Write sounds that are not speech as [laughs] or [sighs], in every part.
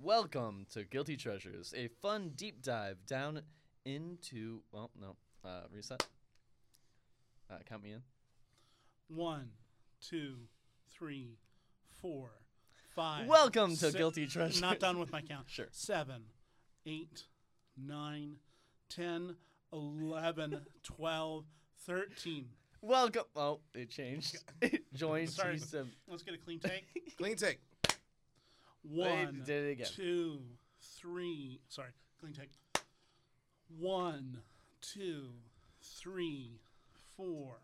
Welcome to Guilty Treasures, a fun deep dive down into. Well, no. Uh, reset. Uh, count me in. One, two, three, four, five. Welcome to six- Guilty Treasure. Not done with my count. [laughs] Sure. Seven, eight, nine, ten, eleven, twelve, thirteen. Welcome. Oh, it [laughs] changed. Join Sorry. T7. Let's get a [laughs] clean take. Clean take. One, did it again. two, three. Sorry, clean take. One, two, three, four,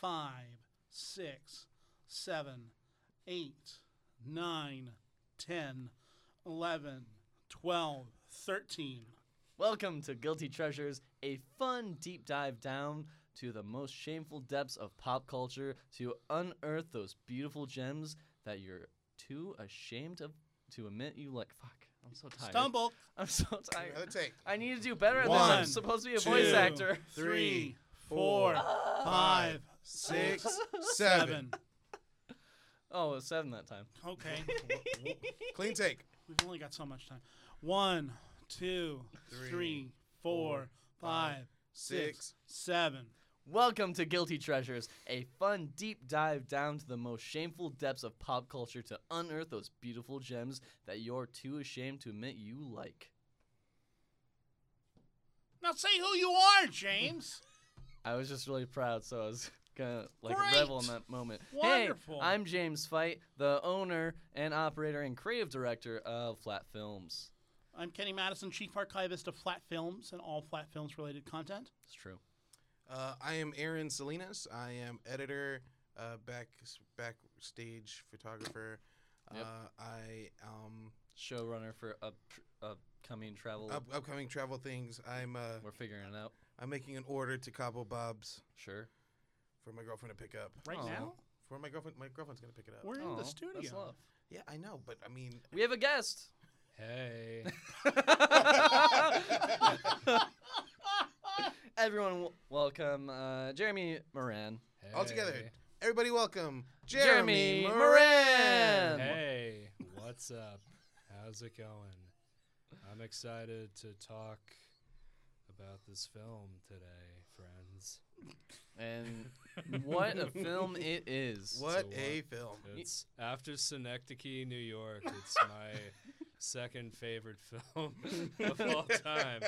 five, six, seven, eight, nine, ten, eleven, twelve, thirteen. Welcome to Guilty Treasures, a fun deep dive down to the most shameful depths of pop culture to unearth those beautiful gems that you're too ashamed of to admit you like. Fuck, I'm so tired. Stumble. I'm so tired. Another take. I need to do better at this. I'm One, supposed to be a two, voice actor. Three, four, five, [laughs] Six, seven. seven. Oh, it was seven that time. [laughs] Okay. Clean take. We've only got so much time. One, two, three, four, five, six, six, seven. Welcome to Guilty Treasures, a fun deep dive down to the most shameful depths of pop culture to unearth those beautiful gems that you're too ashamed to admit you like. Now say who you are, [laughs] James. I was just really proud, so I was gonna like Great. revel in that moment. Wonderful. Hey, I'm James Fight, the owner and operator and creative director of Flat Films. I'm Kenny Madison, chief archivist of Flat Films and all Flat Films related content. It's true. Uh, I am Aaron Salinas. I am editor, uh, back backstage photographer. Yep. Uh, I um Showrunner for up, upcoming travel. up, upcoming travel things. I'm uh, We're figuring it out. I'm making an order to Cabo Bob's Sure. for my girlfriend to pick up. Right Aw. now, For my girlfriend, my girlfriend's gonna pick it up. we're in Aw, the that's studio. love. yeah, I know, but I mean, We have a guest. Hey. [laughs] Everyone, w- welcome uh, Jeremy Moran. all together. Everybody, welcome Jeremy Moran. Jeremy, Um, Moran. Hey, what's up? How's it going? I'm excited to talk about this film today, friends. And what a [laughs] film it is. What So, uh, a film! [laughs] [laughs] It's after Synecdoche, New York. It's [laughs] my second favorite film of all time.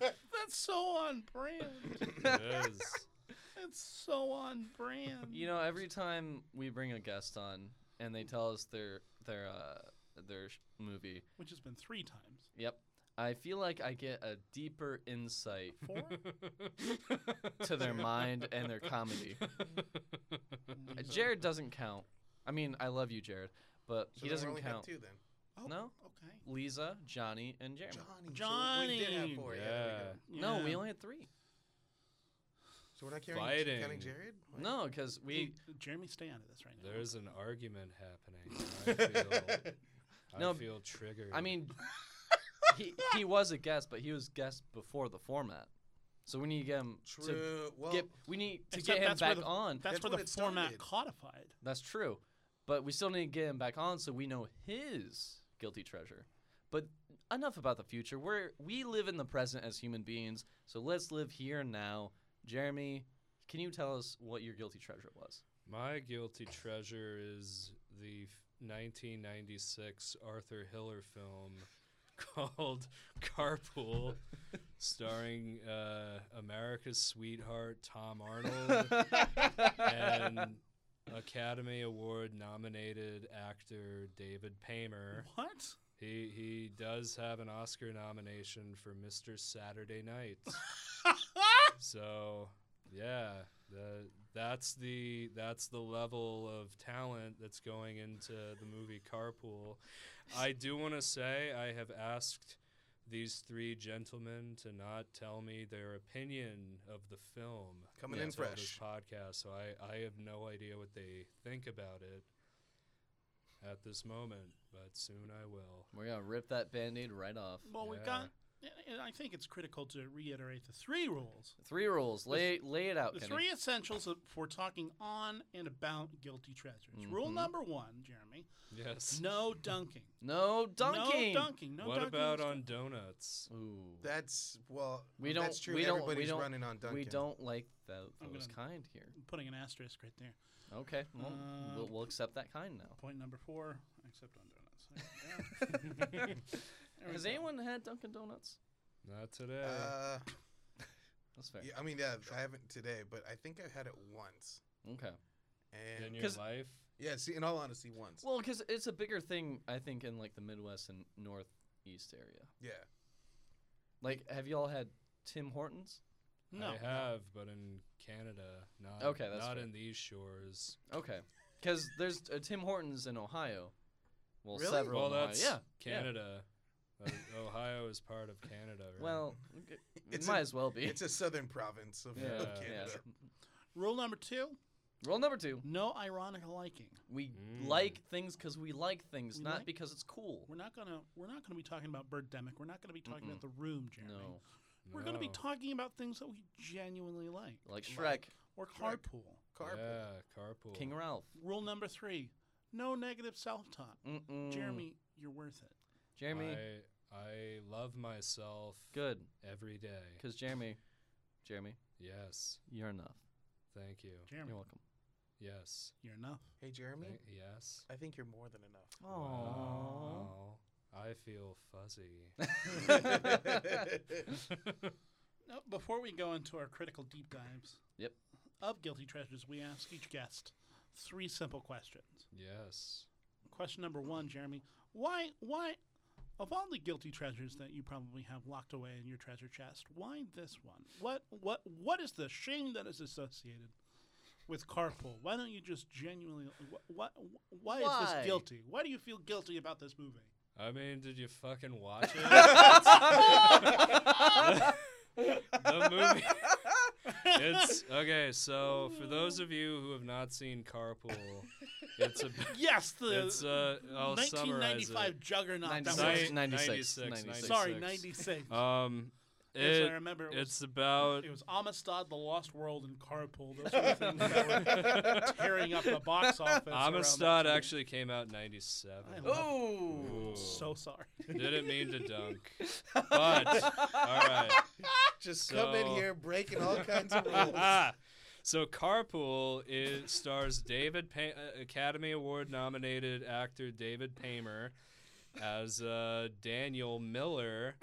That's so on brand. It is. That's so on brand. You know, every time we bring a guest on and they tell us their their uh, their sh- movie, Which has been [laughs] three times. yep, I feel like I get a deeper insight Four? to their mind and their comedy. Uh, Jared doesn't count. I mean, I love you, Jared, but So he then we doesn't only count. Have two then. Oh, No. Okay. Lisa, Johnny, and Jeremy. Johnny. So we Johnny. did have four. Oh, Yeah. there we Yeah. go. No, Yeah. we only had three. So we're not carrying Fighting. counting Jared. [laughs] No, because we Hey, Jeremy, stay out of this right now. There's an argument happening. [laughs] I feel, I No, feel triggered. I [laughs] mean, he he was a guest, but he was guest before the format. So we need to get him to True. well, get we need to Except get him that's where back the- on. That's, That's where when the it format started. codified. That's true, but we still need to get him back on so we know his guilty treasure. But enough about the future. We're we live in the present as human beings, so let's live here and now. Jeremy, can you tell us what your guilty treasure was? My guilty treasure is the f- 1996 Arthur Hiller film [laughs] called Carpool, starring uh, America's sweetheart Tom Arnold and Academy Award nominated actor David Paymer. What? He he does have an Oscar nomination for Mr. Saturday Night. so, yeah, the, that's the that's the level of talent that's going into the movie Carpool. I do want to say I have asked these three gentlemen to not tell me their opinion of the film Coming in until fresh. this podcast, so I, I have no idea what they think about it at this moment, but soon I will. We're gonna rip that band-aid right off. Well, we've Yeah. got and I think it's critical to reiterate the three rules. Three rules. Lay lay it out, The Kenny. three essentials of- for talking on and about guilty treasures. Mm-hmm. Rule Mhm. number one, Jeremy: Yes. no dunking. No dunking. No dunking. No what dunking about is- on donuts? Ooh. That's well. We That's don't- true. we don't- we Everybody's don't- running on Duncan. We don't like tho- I'm those gonna- kind here. I'm putting an asterisk right there? Okay. Well, Uh, we'll, we'll accept that kind now. [laughs] Point number four, except on donuts. [laughs] [laughs] There we Has go. anyone had Dunkin' Donuts? Not today. Uh, That's fair. yeah, I mean, yeah, I haven't today, but I think I've had it once. Okay. in And your 'cause- life. yeah, see, in all honesty, once. Well, because it's a bigger thing, I think, in like the Midwest and Northeast area. yeah, [laughs] Like, have y'all had Tim Hortons? No. I have, but in Canada, not Okay, that's not fair. in these shores. Okay. Because there's a Tim Hortons in Ohio. Well, Really? several. well, in Ohio. that's yeah. yeah. Canada. Uh, Ohio is part of Canada. Right? Well, it- it It's might a- as well be. it's a southern province [laughs] of, of Yeah. Canada. Yes. Rule number two: Rule number two: no ironic liking. we Mm. like things because we like things, We not like- because it's cool. We're not gonna we're not gonna be talking about Birdemic. We're not gonna be talking about the room, Jeremy. No, We're gonna be No. talking about things that we genuinely like, like Shrek, Like- or Shrek. carpool. Carpool. Yeah, carpool. King Ralph. Rule number three: no negative self-talk. Mm-mm. Jeremy, you're worth it. Jeremy, I, I love myself good, every day. because Jeremy, Jeremy, Yes. you're enough. Thank you. Jeremy, You're welcome. Yes. you're enough. Hey, Jeremy, Thank- yes. I think you're more than enough. Oh. [laughs] [laughs] Aww. Wow. I feel fuzzy. [laughs] Now, before we go into our critical deep dives Yep. of Guilty Treasures, we ask each guest three simple questions. yes. Question number one, Jeremy: Why, why, of all the guilty treasures that you probably have locked away in your treasure chest, why this one? What, what, what is the shame that is associated with carpool? Why don't you just genuinely? What, what why, is Why? this guilty? Why do you feel guilty about this movie? I mean, did you fucking watch it? [laughs] the movie. It's okay. So, for those of you who have not seen Carpool, it's a Yes, the it's uh I'll summarize 1995 it. juggernaut. Ninety- That Sorry, was, Nin- 96, 96. sorry, 96. 96. Um, Yes, I it, remember it was it's uh, about It was Amistad, The Lost World, and Carpool. Those were the things that were tearing up the box office. around that Amistad time. actually came out in '97. I love- Oh, Ooh. So [laughs] sorry. Didn't [laughs] mean to dunk, but all right. Just come in So- here breaking all kinds of [laughs] rules. so Carpool is, stars David pa- uh, Academy Award nominated actor David Paymer as uh, Daniel Miller,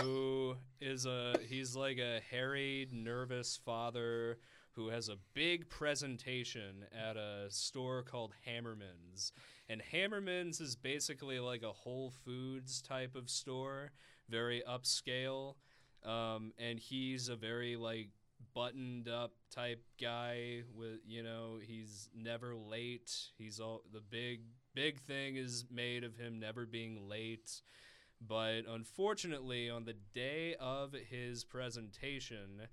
who is a he's like a harried, nervous father who has a big presentation at a store called Hammerman's. And Hammerman's is basically like a Whole Foods type of store, very upscale. Um, and he's a very like buttoned up type guy with you know he's never late he's all the big big thing is made of him never being late but unfortunately on the day of his presentation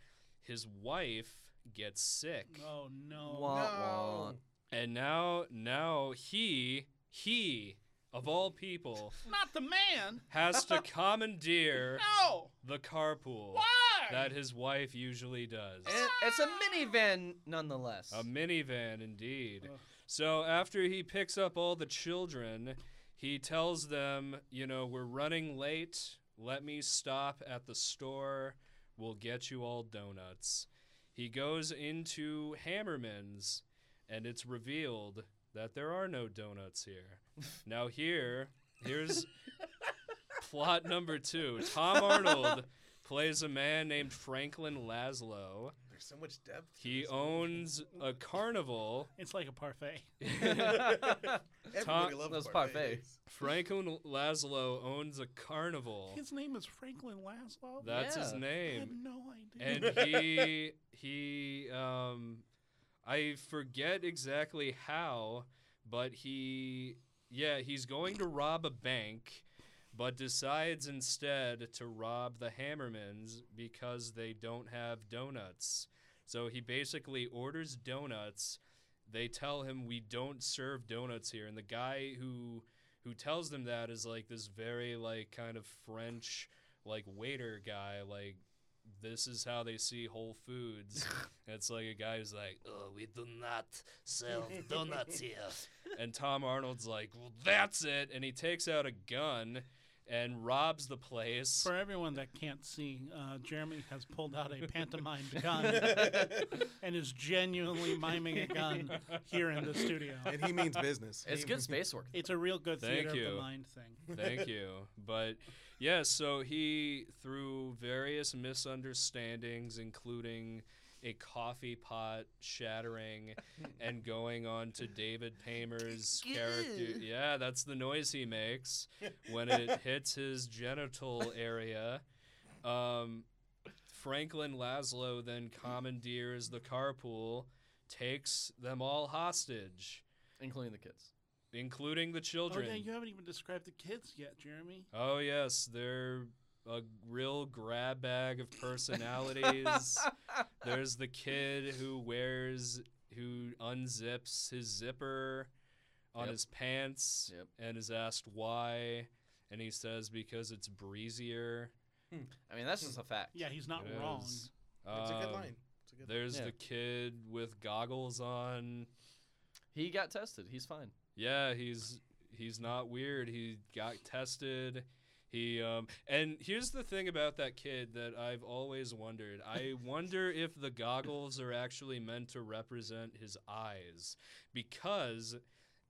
his wife gets sick Oh, no. Wah, wah. No. and now now he he of all people Not the man. has to commandeer No. the carpool Why? that his wife usually does And it's a minivan, nonetheless. A minivan, indeed. Ugh. So after he picks up all the children, he tells them, you know, we're running late. Let me stop at the store. We'll get you all donuts. He goes into Hammerman's, and it's revealed that there are no donuts here. now here, here's plot number two. Tom Arnold plays a man named Franklin Laszlo. There's so much depth. to He this. owns a carnival. It's like a parfait. Everybody loves Those parfaits. Franklin Laszlo owns a carnival. His name is Franklin Laszlo. That's Yeah. I his had name. no idea. And he he um I forget exactly how, but he yeah, he's going to rob a bank but decides instead to rob the Hammermans because they don't have donuts. So he basically orders donuts. They tell him we don't serve donuts here, and the guy who who tells them that is like this very like kind of French like waiter guy like this is how they see Whole Foods. And it's like a guy who's like, "Oh, we do not sell donuts here." and Tom Arnold's like, "Well, that's it." And he takes out a gun and robs the place. For everyone that can't see, uh, Jeremy has pulled out a pantomimed gun [laughs] [laughs] and is genuinely miming a gun here in the studio. and he means business. [laughs] It's He- [laughs] good space work. It's a real good Thank theater of you. the mind thing. Thank you. But yeah, so he through various misunderstandings, including a coffee pot shattering and going on to David Paymer's character. Yeah, that's the noise he makes when it hits his genital area. Um, Franklin Laszlo then commandeers the carpool, takes them all hostage, including the kids. including the Oh, children. yeah, you haven't even described the kids yet, Jeremy. Oh yes, they're a real grab bag of personalities. [laughs] There's the kid who wears who unzips his zipper on Yep. his pants [laughs] Yep. and is asked why and he says because it's breezier. I mean, that's just a fact. Yeah, he's not It wrong. is. It's a good Um, line. It's a good There's Yeah. the kid with goggles on. He got tested. He's fine. Yeah, he's he's not weird. He got tested. He um and here's the thing about that kid that I've always wondered. I wonder if the goggles are actually meant to represent his eyes because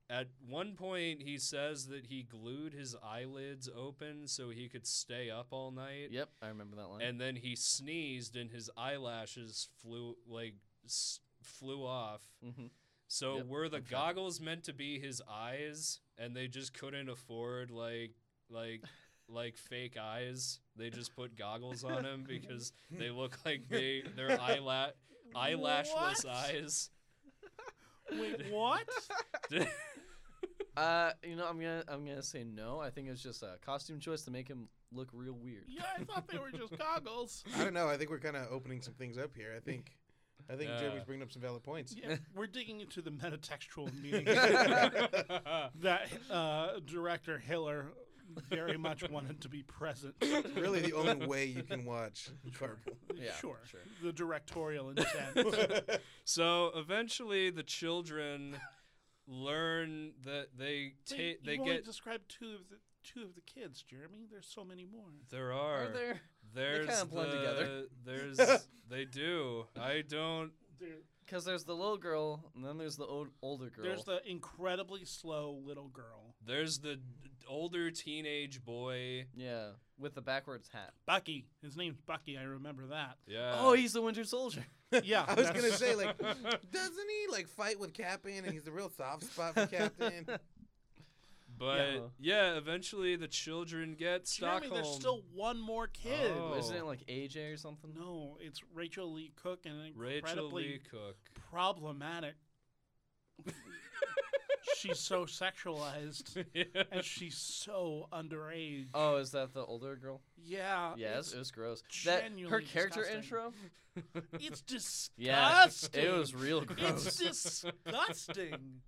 at one point he says that he glued his eyelids open so he could stay up all night Yep, I remember that line. and then he sneezed and his eyelashes flew like s- flew off. hmm So Yep, were the I'm tracking. goggles meant to be his eyes, and they just couldn't afford like like like fake eyes? They just put goggles on him because they look like they they're eyela- eyelashless What? eyes. Wait, what? Uh, you know, I'm gonna I'm gonna say no. I think it's just a costume choice to make him look real weird. yeah, I thought they were just goggles. I don't know. I think we're kind of opening some things up here. I think, I think Yeah. Jeremy's bringing up some valid points. Yeah, we're digging into the metatextual meaning yeah, that uh, director Hiller very much wanted to be present. [laughs] really, [laughs] the only way you can watch Carpool. [laughs] Yeah, sure. sure. The directorial intent. [laughs] so eventually the children learn that they Wait, take they you've only get described two of the two of the kids, Jeremy. There's so many more. there Are there? there's kinda blend together. the- [laughs] there's [laughs] they do I don't Because there's the little girl, and then there's the old, older girl. There's the incredibly slow little girl, There's the d- older teenage boy. yeah, with the backwards hat. Bucky. His name's Bucky. I remember that. Yeah. oh, he's the Winter Soldier. [laughs] Yeah, I was that's- [laughs] gonna say [laughs] like, doesn't he like fight with Captain? And he's the real soft spot [laughs] for Captain. But Yeah. yeah. eventually the children get Jeremy, Stockholm. there's still one more kid. Oh. Isn't it like AJ or something? No, it's Rachel Lee Cook and an Rachel incredibly Lee Cook. [laughs] problematic. she's so sexualized and she's so underage. Oh, is that the older girl? yeah. Yeah, it Uh, it's, was, it was gross. That her genuinely character disgusting. intro. [laughs] it's disgusting. Yeah, it was [laughs] real It's gross. disgusting.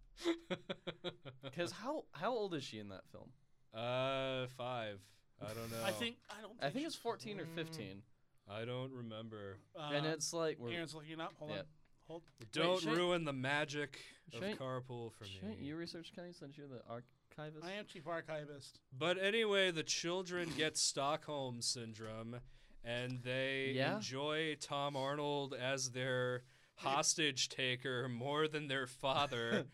Because how how old is she in that film? [laughs] uh, five. I don't know. [laughs] I think I don't. Think I think she- it's 14 or Mm. 15, I don't remember. Uh, and it's like we're. Aaron's looking it up. Hold Yeah. on. Hold. Don't shouldn't- ruin the magic of shouldn't- carpool for Shouldn't me. you research, Kenny, since you're the archivist? I am chief archivist. But anyway, the children get Stockholm syndrome, and they Yeah? enjoy Tom Arnold as their hostage taker more than [laughs] their father,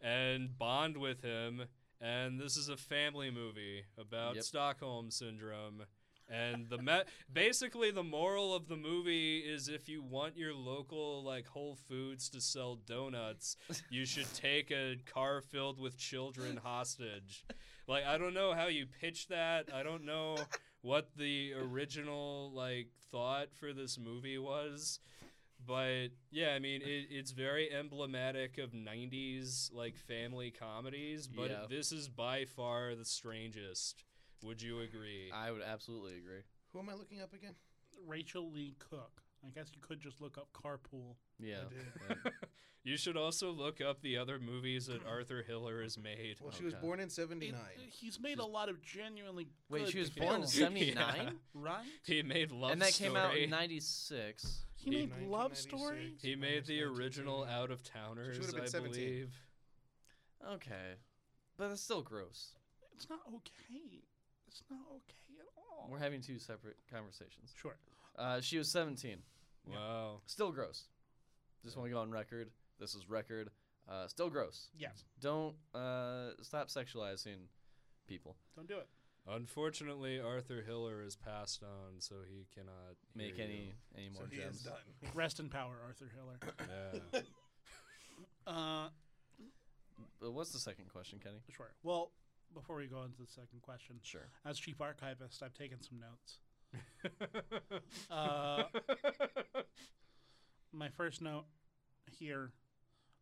and bond with him. And this is a family movie about Yep. Stockholm syndrome. And the me- basically the moral of the movie is if you want your local like Whole Foods to sell donuts, you should take a car filled with children hostage. Like I don't know how you pitch that. I don't know what the original like thought for this movie was. But yeah, I mean it, it's very emblematic of '90s like family comedies. But Yeah. this is by far the strangest. Would you agree? I would absolutely agree. Who am I looking up again? Rachel Lee Cook. I guess you could just look up carpool. Yeah. I did. [laughs] [laughs] you should also look up the other movies that Arthur Hiller has made. Well, she was Okay. born in It- '79. he's made a lot of genuinely Wait, good she was Yeah. born in films, Yeah. 79? right? He made Love And that Story. came out in 96. He He- made Love Story. 1996 he made minus the 1979. original Out of Towners, would've been I 17. believe. Okay. But that's still gross. It's not okay. It's not okay at all. We're having two separate conversations. sure. Uh, she was 17. Yeah. Wow. Still gross. Just want to go on record. This is record. Uh, still gross. Yes. Don't uh, stop sexualizing people. Don't do it. Unfortunately, Arthur Hiller has passed on, so he cannot hear Make you. any any So more he is gems. done. Rest in power, Arthur Hiller. [coughs] [laughs] Yeah. Uh, But what's the second question, Kenny? sure. Well, before we go into the second question, Sure. as chief archivist, I've taken some notes. Uh, my first note here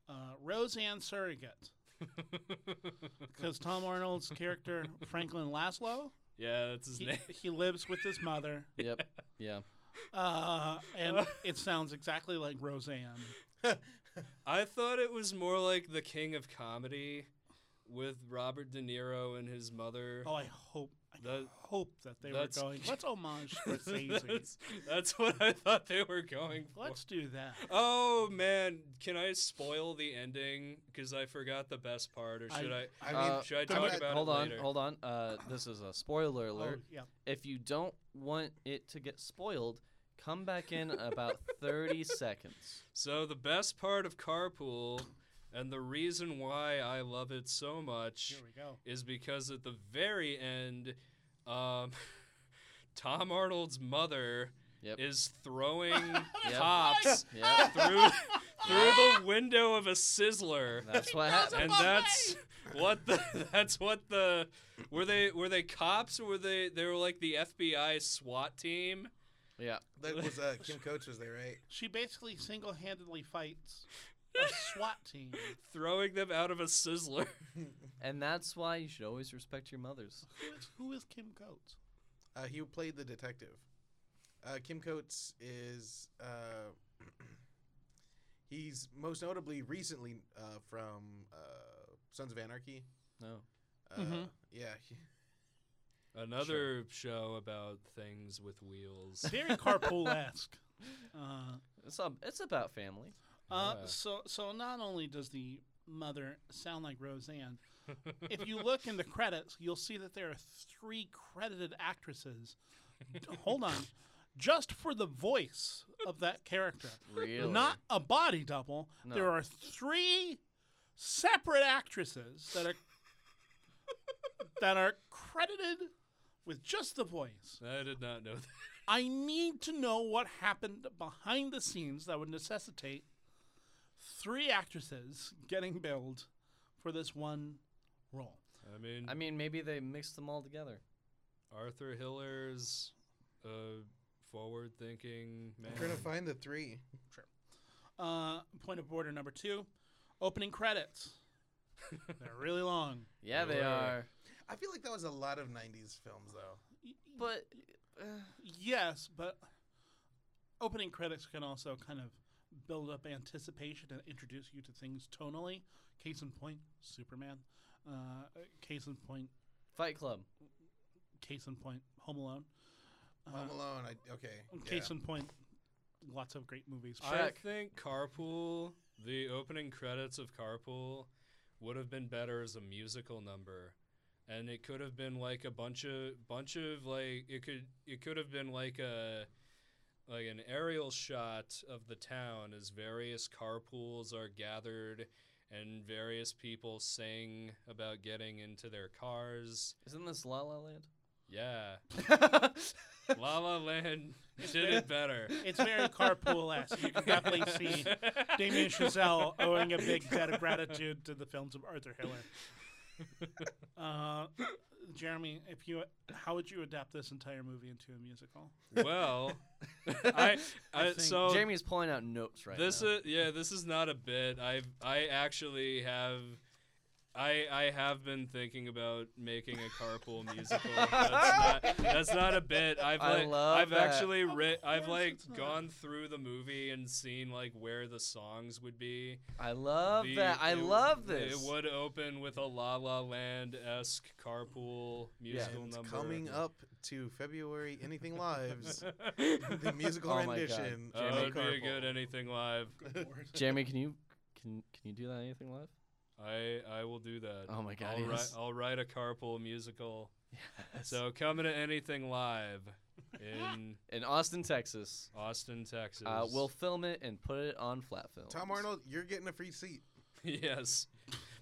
uh, Roseanne Surrogate. Because Tom Arnold's character, Franklin Laszlo, [laughs] yeah, that's his he, name. he lives with his mother. Yep. Yeah. Uh, and [laughs] it sounds exactly like Roseanne. I thought it was more like the King of Comedy with Robert De Niro and his mother. Oh, I hope. I That- hope that they were that's- going. [laughs] Let's homage Scorsese. that's, that's what I thought they were going for. Let's do [laughs] that. Oh man, can I spoil the ending? Because I forgot the best part, or should I? I mean, Uh, should I I'm talk not- about Hold it on. later? Hold on. Uh, this is a spoiler Oh, alert. yeah. If you don't want it to get spoiled, come back in about [laughs] 30 seconds. So the best part of Carpool, and the reason why I love it so much, Here we go. is because at the very end, um, [laughs] Tom Arnold's mother Yep. is [laughs] throwing cops Yep. through through the window of a Sizzler. That's what happened. and that's what the [laughs] that's what the were they were they cops or were they they were like the FBI SWAT team? Yeah. that [laughs] was uh, Kim Coates was there, right? She basically single-handedly fights [laughs] a SWAT team. Throwing them out of a sizzler. And that's why you should always respect your mothers. Who is, who is Kim Coates? Uh, he played the detective. Uh, Kim Coates is uh, [clears throat] he's most notably recently uh, from uh, Sons of Anarchy. No. Uh, Mm-hmm. Mhm. Yeah, he- Another show about things with wheels. Very carpool-esque. [laughs] Uh, It's a, it's about family. Uh, Yeah. so so not only does the mother sound like Roseanne, if you look in the credits, you'll see that there are three credited actresses. [laughs] D- Hold on, just for the voice of that character, Really? not a body double. No. There are three separate actresses that are that are credited with just the voice. I did not know that. I need to know what happened behind the scenes that would necessitate three actresses getting billed for this one role. I mean, I mean, maybe they mixed them all together. Arthur Hiller's a forward-thinking man. I'm trying to find the three. Uh, point of order number two opening credits. They're really long. Yeah, they Sure. are. I feel like that was a lot of '90s films, though. Y- But uh, yes, but opening credits can also kind of build up anticipation and introduce you to things tonally. Case in point, Superman. Uh, case in point, Fight Club. case in point, Home Alone. Uh, Uh-huh. Home Alone. I, okay. Case yeah. in point, lots of great movies. I Check. think Carpool, the opening credits of Carpool, would have been better as a musical number, and it could have been like a bunch of bunch of like it could it could have been like a like an aerial shot of the town as various carpools are gathered and various people sing about getting into their cars. Isn't this La La Land? Yeah, La La [laughs] Land did it better. It's very carpool-esque. You can definitely see [laughs] Damien Chazelle owing a big debt of gratitude to the films of Arthur Hiller. [laughs] Uh, Jeremy, if you, how would you adapt this entire movie into a musical? Well, I, I, think- [laughs] so Jamie's pulling out notes right this now. is yeah, this is not a bit. I I actually have I, I have been thinking about making a carpool musical. That's not, that's not a bit. I've I like, love I've that. actually Of writ I've course like it's not. gone through the movie and seen like where the songs would be. I love The- that. I it- love this. It would open with a La La Land esque carpool musical And number. [laughs] coming up to February Anything Lives, the musical Oh my God. rendition. Oh, Jamie it'd be a Carpool. good anything live. Good lord. Jeremy, can you can can you do that anything live? I I will do that. Oh my God, I'll, wri- yes. I'll write a carpool musical. Yes. So coming to anything live [laughs] in in Austin, Texas, Austin, Texas. uh, we'll film it and put it on flat film. Tom Arnold, you're getting a free seat. [laughs] yes.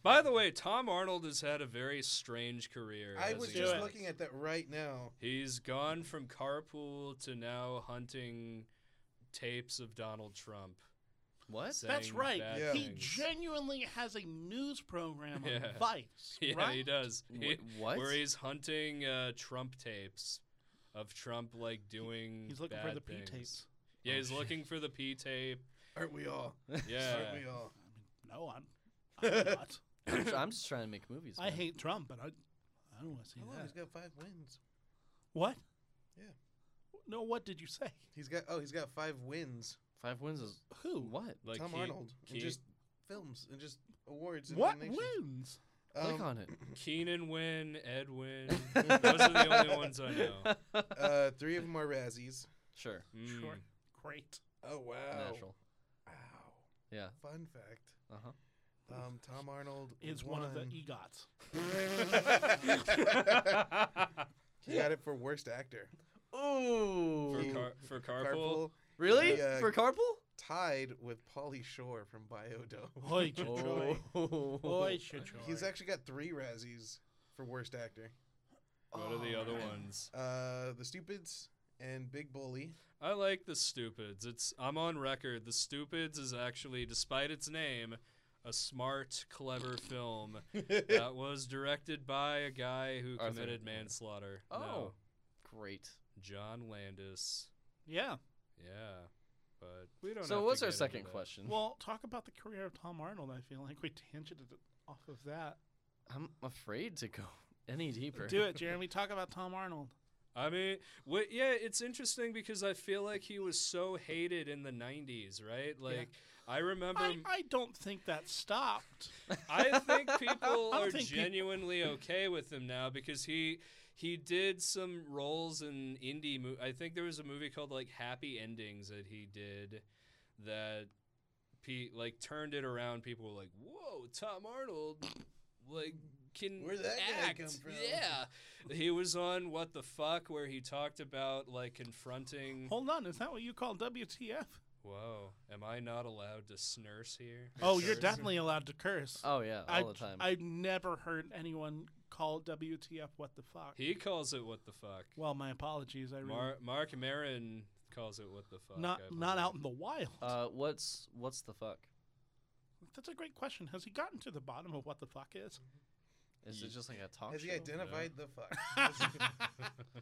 By the way, Tom Arnold has had a very strange career. I as was a just guy. looking at that right now. He's gone from carpool to now hunting tapes of Donald Trump. [laughs] What? saying That's right. bad Yeah. He things. genuinely has a news program on Yeah. Vice. [laughs] yeah, right? he does. He- Wait, what? Where he's hunting uh, Trump tapes of Trump like doing. He's looking for bad the P things. tapes. Yeah, Oh, he's shit. looking for the P tape. Aren't we all? Yeah. Aren't we all? No, I'm, I'm [laughs] not. I'm tr- [coughs] I'm just trying to make movies. I man. hate Trump, but I, I don't want to see How long? that. Oh, He's got five wins. What? Yeah. No, what did you say? He's got oh, he's got five wins. five wins. Is Who? what? Like Tom he- Arnold Ke- and just films and just awards. And What nominations. wins? Click Um, on it. Keenan Wynn, Ed Wynn. Those are the only ones I know. uh, three of them are Razzies. [laughs] Sure. Mm. Sure. Great. Oh wow! Natural. Wow. Yeah. Fun fact: Uh huh. um, Tom Arnold Is won. one of the e- [laughs] EGOTs. [laughs] he got it for worst actor. For, Ooh. Ooh. car- for carpool. Carpool really? Yeah. For carpool? tied with Pauly Shore from [laughs] Biodo. Oi, Chichoy. Oh. Oi, [laughs] He's Chichoy. actually got three Razzies for worst actor. What are the Oh, other man. ones? Uh, the Stupids and Big Bully. I like the Stupids. It's I'm on record. The Stupids is actually, despite its name, a smart, clever film that was directed by a guy who Arthur committed Miller. manslaughter. Oh. No, Great. John Landis. Yeah. Yeah, but we don't. So have what's to our get into second that. question? Well, talk about the career of Tom Arnold. I feel like we tangented it off of that. I'm afraid to go [laughs] any deeper. Do it, Jeremy. Talk about Tom Arnold. I mean, what, yeah, it's interesting because I feel like he was so hated in the '90s, right? Like, I remember. I, I don't think that stopped. I think people [laughs] I don't are think peop- genuinely okay with him now because he he did some roles in indie. Mo- I think there was a movie called like Happy Endings that he did that pe- like turned it around. People were like, "Whoa, Tom Arnold!" Like. Can Where'd that guy act. come from? Yeah, he was on What the Fuck, where he talked about like confronting. Hold on, is that what you call WTF? Whoa, am I not allowed to snurse here? Oh, you're Snurse? definitely allowed to curse. Oh yeah, all I, the time. I've never heard anyone call WTF what the fuck. He calls it What the Fuck. well, my apologies. I really, Mar- Mark Marin calls it what the fuck. not I not believe. out in the wild. uh, what's what's the fuck? That's a great question. Has he gotten to the bottom of what the fuck is? Is Ye- it just like a talk Has he show? identified [laughs] the fuck? [laughs]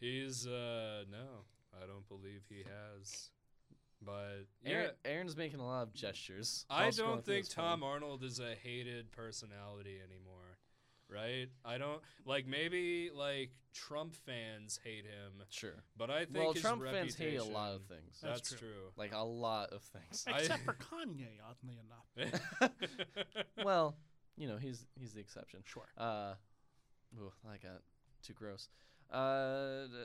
He's uh no, I don't believe he has. But yeah, Aaron, Aaron's making a lot of gestures. I while scrolling don't through think his phone. Tom Arnold is a hated personality anymore. Right? I don't like maybe like Trump fans hate him, Sure. but I think Well, his Trump fans hate a reputation- lot of things. That's That's, true. Like a lot of [laughs] things. I- Except for Kanye, oddly enough. [laughs] well, you know, he's he's the exception. Sure. Uh, ooh, I got too gross. Uh, d-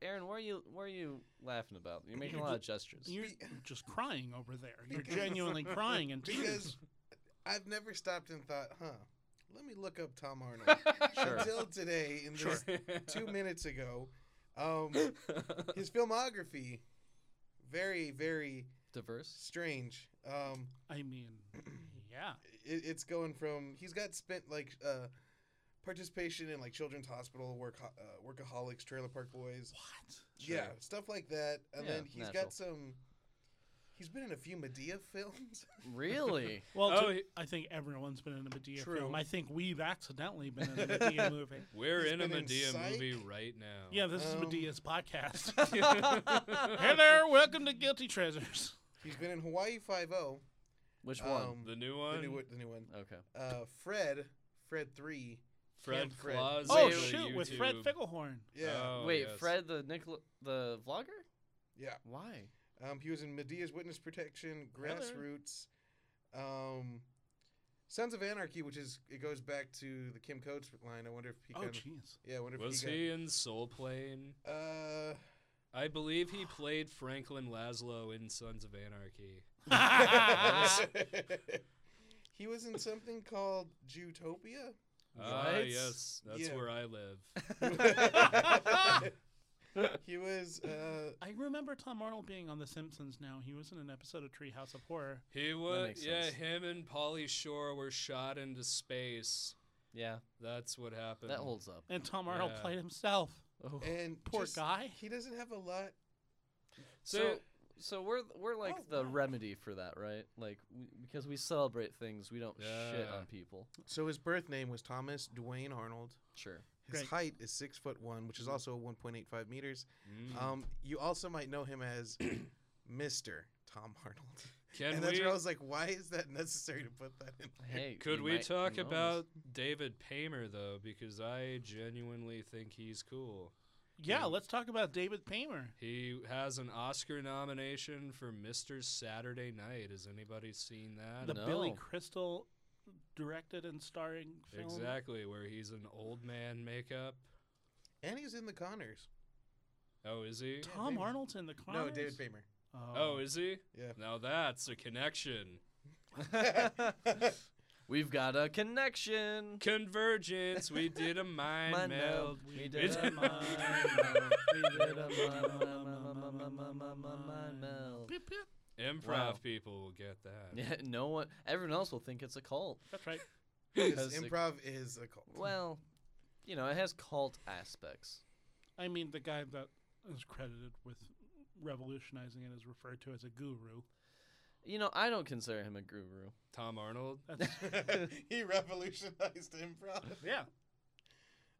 Aaron, what are you what are you laughing about? You're making a lot of gestures. You're Be- just crying over there. You're Because- [laughs] genuinely crying and tears. because I've never stopped and thought, huh, let me look up Tom Arnold. [laughs] [laughs] Sure. Until today, in this [laughs] two minutes ago, um, his filmography, very, very Diverse. strange. Um, I mean, yeah. it, it's going from he's got spent like uh, participation in like children's hospital, work uh, workaholics, trailer park boys, What? yeah, stuff like that. And Yeah, then he's natural. got some. He's been in a few Medea [laughs] films. [laughs] Really? Well, Oh, to- he- I think everyone's been in a Medea True. film. I think we've accidentally been in a [laughs] Medea movie. [laughs] We're He's in a been in Medea Psych. movie right now. Yeah, this is Um, Medea's [laughs] podcast. hey Hello. there, welcome to Guilty Treasures. He's been in Hawaii Five oh. Um, O. Which one? the new one. The new, one- the new one. okay. Uh, Fred, Fred three. Fred Camp Fred. Claus. Oh Wait, shoot, with Fred Ficklehorn. Yeah. Oh, Wait, yes. Fred the Nicola, the vlogger? Yeah. Why? [laughs] [laughs] Um, he was in Medea's Witness Protection, Grassroots, um, Sons of Anarchy, which is it goes back to the Kim Coates line. I wonder if he Oh kind of, jeez. yeah, I wonder if Was he, got- he in Soul Plane? Uh, I believe he played Franklin Laszlo in Sons of Anarchy. [laughs] [laughs] Uh, [laughs] he was in something called [laughs] Jutopia. Ah, What? yes, that's Yeah. where I live. [laughs] [laughs] he was uh, I remember Tom Arnold being on The Simpsons. Now he was in an episode of Treehouse of Horror. He was, makes yeah. sense. Him and Polly Shore were shot into space. Yeah, That's what happened. that holds up. And Tom Arnold Yeah. played himself. Oh. and Poor just- guy. He doesn't have a lot. So, So- so we're we're like Oh, the wow. remedy for that, right? Like we, because we celebrate things, we don't shit Yeah. on people. So his birth name was Thomas Dwayne Arnold. Sure. His Great. Mm-hmm. height is six foot one, which is also 1.85 meters. Mm. Um, you also might know him as [coughs] Mister Tom Arnold, Can and, that's we? where I was like, why is that necessary to put that in? Hey, could you we might talk know us. about David Paymer though? Because I genuinely think he's cool. Yeah, Yeah. let's talk about David Paymer. He has an Oscar nomination for Mr. Saturday Night. Has anybody seen that? The Billy know. Crystal directed and starring film. Exactly, where he's an old man makeup. And he's in the Connors. Oh, is he? Tom Paymer. Arnold's in the Connors. No, David Paymer. Oh, [laughs] is he? Yeah. Now that's a connection. [laughs] [laughs] We've got a connection. [laughs] Convergence. We did a mind, Mind meld. meld. We did a did- mind meld. We did a mind- mind meld. Beep, beep. Improv Wow. people will get that. Yeah, no one. Everyone else will think it's a cult. That's right. Because Has a- improv is a cult. [laughs] [laughs] Well, you know, it has cult aspects. I mean, the guy that is credited with revolutionizing it is referred to as a guru. You know, I don't consider him a guru. Tom Arnold. That's, he revolutionized improv. yeah.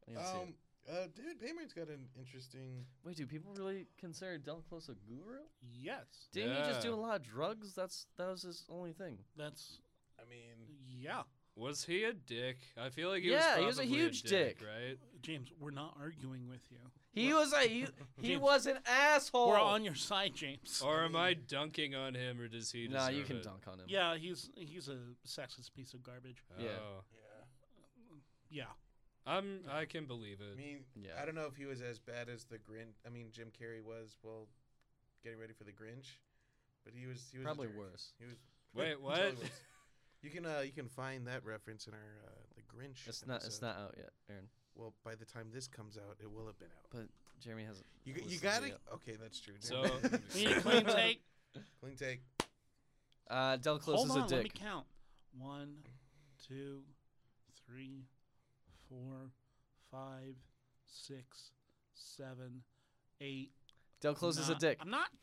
I can see it. Um, uh, David Paymer's got an interesting. Wait, do people really consider Del Close a guru? Yes. Didn't he just do Yeah. a lot of drugs? That's that was his only thing. That's I mean, yeah. Was he a dick? I feel like he Yeah, was he was a probably huge dick, dick. right? James, we're not arguing with you. He was a he, he James- was an asshole. We're on your side, James. Or am I dunking on him, or does he? Nah, you deserve can it? dunk on him. Yeah, he's he's a sexist piece of garbage. Oh. Yeah. yeah. Yeah. I'm. I can believe I it. mean, Yeah. I don't know if he was as bad as the Grinch. I mean, Jim Carrey was. Well, getting ready for the Grinch, but he was. He was a Probably jerk. worse. He was. Wait, totally what? worse. You can uh, you can find that reference in our uh, the Grinch. It's not it's episode. not out yet, Aaron. Well, by the time this comes out, it will have been out. But Jeremy hasn't. You g- you listened gotta. it yet. Okay, that's true. So- Never [laughs] mind. We need a clean take. clean take. Uh, Del [laughs] Close Hold is on, a let me dick. count. One, two, three, four, five, six, seven, eight. Del Close is a nine- dick. I'm not. [laughs]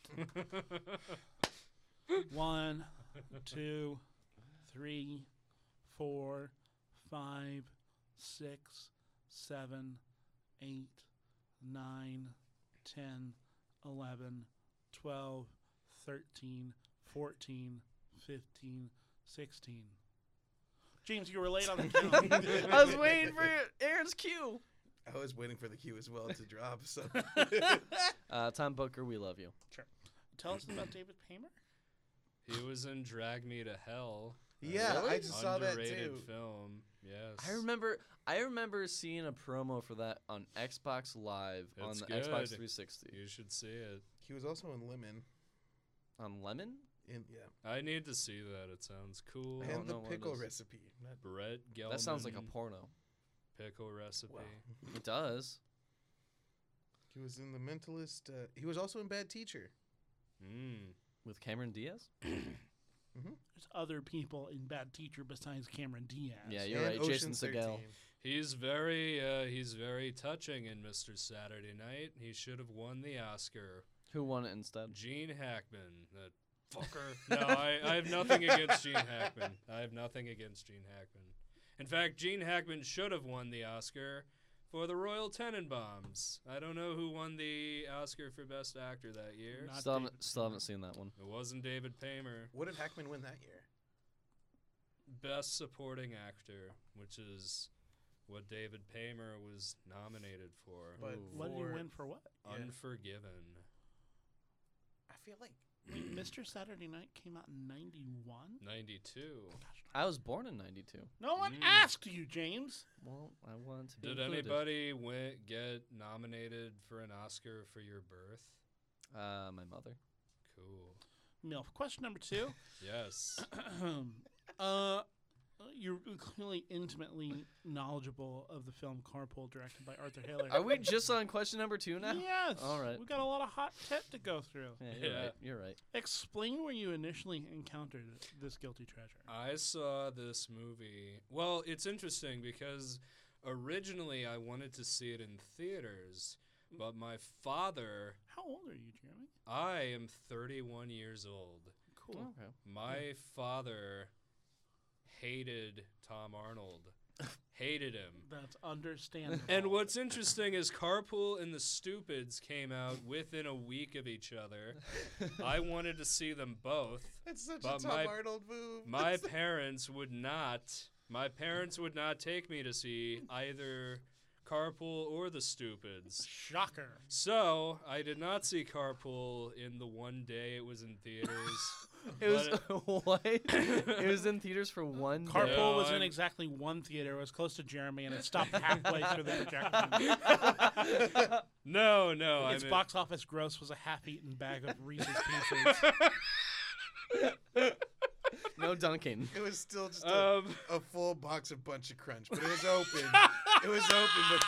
One, two, three, four, five, six, seven, eight, nine, ten, eleven, twelve, thirteen, fourteen, fifteen, sixteen. James, you were [laughs] late on the count. I was waiting for Aaron's cue. I was waiting for the cue as well to drop. [laughs] So Uh, Tom Booker, we love you. Tell us about David Paymer. he was in Drag Me to Hell. yeah, I Really? just saw that underrated too. film. Yes. I remember I remember seeing a promo for that on Xbox Live on It's the Xbox good. 360 You should see it. He was also in Lemon. on Lemon. In yeah, I need to see that. It sounds cool. I don't and the know what it pickle is. recipe. Not- Brett Gelman. That sounds like a porno. pickle recipe. wow. It does. He was in The Mentalist. Uh, he was also in Bad Teacher. Mm. With Cameron Diaz? There's other people in Bad Teacher besides Cameron Diaz. Yeah, you're and right. Jason Ocean's Segel. 13. He's very uh, he's very touching in Mr. Saturday Night. He should have won the Oscar. Who won it instead? Gene Hackman, that [laughs] fucker. no, I, I have nothing against Gene Hackman. I have nothing against Gene Hackman. In fact, Gene Hackman should have won the Oscar for the Royal Tenenbaums. I don't know who won the Oscar for Best Actor that year. Not Still haven't, David still haven't seen that one. It wasn't David Paymer. What did Hackman win that year? Best Supporting Actor, which is what David Paymer was nominated for. But Ooh. What did for- you win for what? yeah. Unforgiven. I feel like [clears throat] Mr. Saturday Night came out in 91? 92. I was born in '92. No one Mm. asked you, James. Well, I want to be Did included. anybody win- get nominated for an Oscar for your birth? Uh, my [laughs] mother. Cool. MILF. Question number [clears throat] two. Yes. uh, you're clearly intimately knowledgeable of the film Carpool, directed by Arthur Hiller. Are we just on question number two now? Yes. All right. We got a lot of hot tit to go through. Yeah, you're Yeah. right. You're right. Explain where you initially encountered this guilty treasure. I saw this movie. Well, it's interesting because originally I wanted to see it in theaters, but my father, How old are you, Jeremy? I am 31 years old. Cool. Okay. My father hated Tom Arnold, hated him. That's understandable. And what's interesting is Carpool and the Stupids came out within a week of each other. [laughs] I wanted to see them both. that's such a But Tom my- Arnold move. My [laughs] parents would not. My parents would not take me to see either Carpool or the Stupids. shocker? So I did not see Carpool in the one day it was in [laughs] theaters. [laughs] It was [laughs] But what? it was in theaters for one day. [laughs] Carpool Yeah, was in I'm- exactly one theater. It was close to Jeremy, and it stopped halfway through the projection. [laughs] no, no, Its I'm box office gross was a half-eaten bag of [laughs] Reese's Pieces. [laughs] No dunking. [laughs] it was still just a, Um, a full box of bunch of crunch, but it [laughs] was open. it was open, but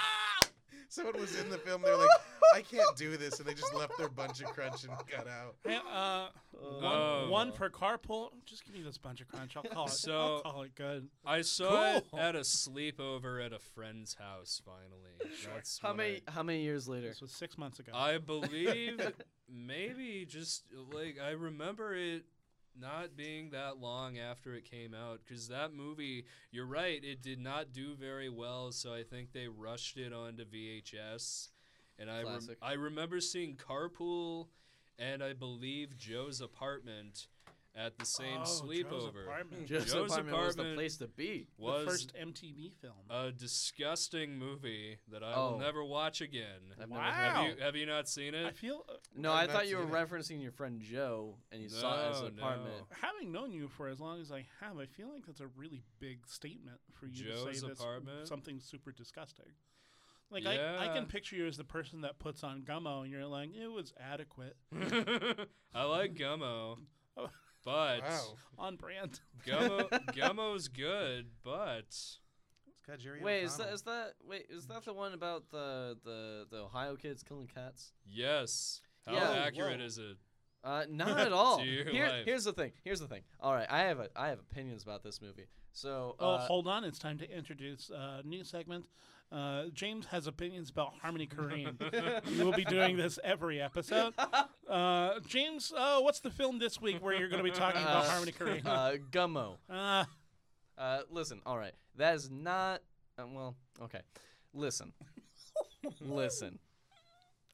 [laughs] someone was in the film. They were like, "I can't do this," and they just left their bunch of crunch and got out. Hey, uh, one, Oh. one per carpool. Just give me this bunch of crunch. I'll call it. I'll So- call it good. I saw Cool. it at a sleepover at a friend's house. [laughs] Finally, That's How when I- many? How many years later? This was six months [laughs] ago. I believe maybe just like I remember it not being that long after it came out because that movie, you're right, it did not do very well. So I think they rushed it onto VHS. And I, rem- Classic. I remember seeing Carpool and I believe Joe's apartment at the same Oh, Joe's sleepover. apartment. Joe's, Joe's apartment, was the apartment place to be. Was the first MTV film. a disgusting movie that I Oh. will never watch again. I've never heard wow. Have you have you not seen it? I feel uh, No, I've I not thought you were seen referencing it. your friend Joe, and you saw it as No, an apartment. no. having known you for as long as I have, I feel like that's a really big statement for you to Joe's say this apartment? something super disgusting. Like I, I Yeah. can picture you as the person that puts on gummo, and you're like, it was adequate [laughs] I like Gummo, Oh. but Wow, on brand. [laughs] Gummo Gummo's good, but it's got Jerry. Wait, is that is that wait is that the one about the the the Ohio kids killing cats? yes. How Yeah. accurate Whoa. is it? [laughs] Uh, not at all. To your Here, life. here's the thing. Here's the thing. All right, I have a I have opinions about this movie. So Oh, uh, hold on, it's time to introduce a new segment. Uh, James has opinions about Harmony Korine. you will be doing this every episode. Uh, James, uh, what's the film this week where you're going to be talking about Uh, Harmony [laughs] Korine? uh, Gummo. Ah, Uh, listen, all right. That is not. Uh, well, okay. Listen. listen.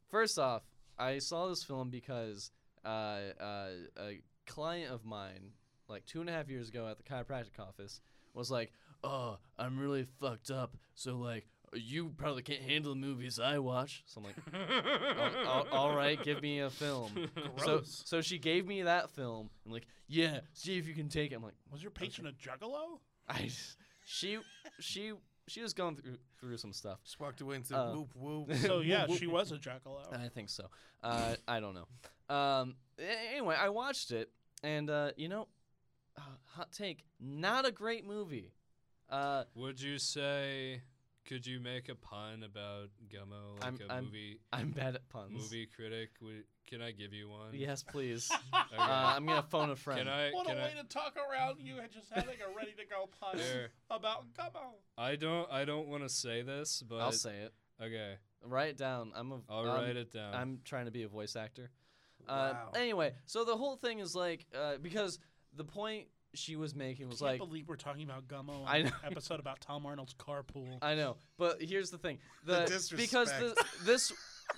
First off, I saw this film because uh, uh, a client of mine, like two and a half years ago at the chiropractic office, was like, Oh, I'm really fucked up. So, like, you probably can't handle the movies I watch. So I'm like, "Al- al- all right, give me a film. So, Gross. so she gave me that film and like, yeah, see if you can take it. I'm like, was your patient a juggalo? I she she she was going through through some stuff. Just walked away and said, Uh, "Whoop [laughs] whoop." So yeah, she was a juggalo. I think so. Uh, I don't know. Um, a- anyway, I watched it, and uh, you know, uh, hot take, not a great movie. Uh, Would you say could you make a pun about Gummo like I'm- a I'm- movie I'm bad at puns. movie critic? Would, can I give you one? Yes, [laughs] please. Okay. Uh, I'm gonna phone a friend. can I What a can I, way to talk around you had just having a ready to go pun There. about gummo. I don't I don't want to say this, but will say it. okay. Write it down. I'm a. I'll I'm- write it down. I'm trying to be a voice actor. Uh, Wow. Anyway, so the whole thing is like uh, because the point she was making was Can't like believe we're talking about gummo. I on an know. episode about Tom Arnold's carpool. I know, but here's the thing: The the, because the, this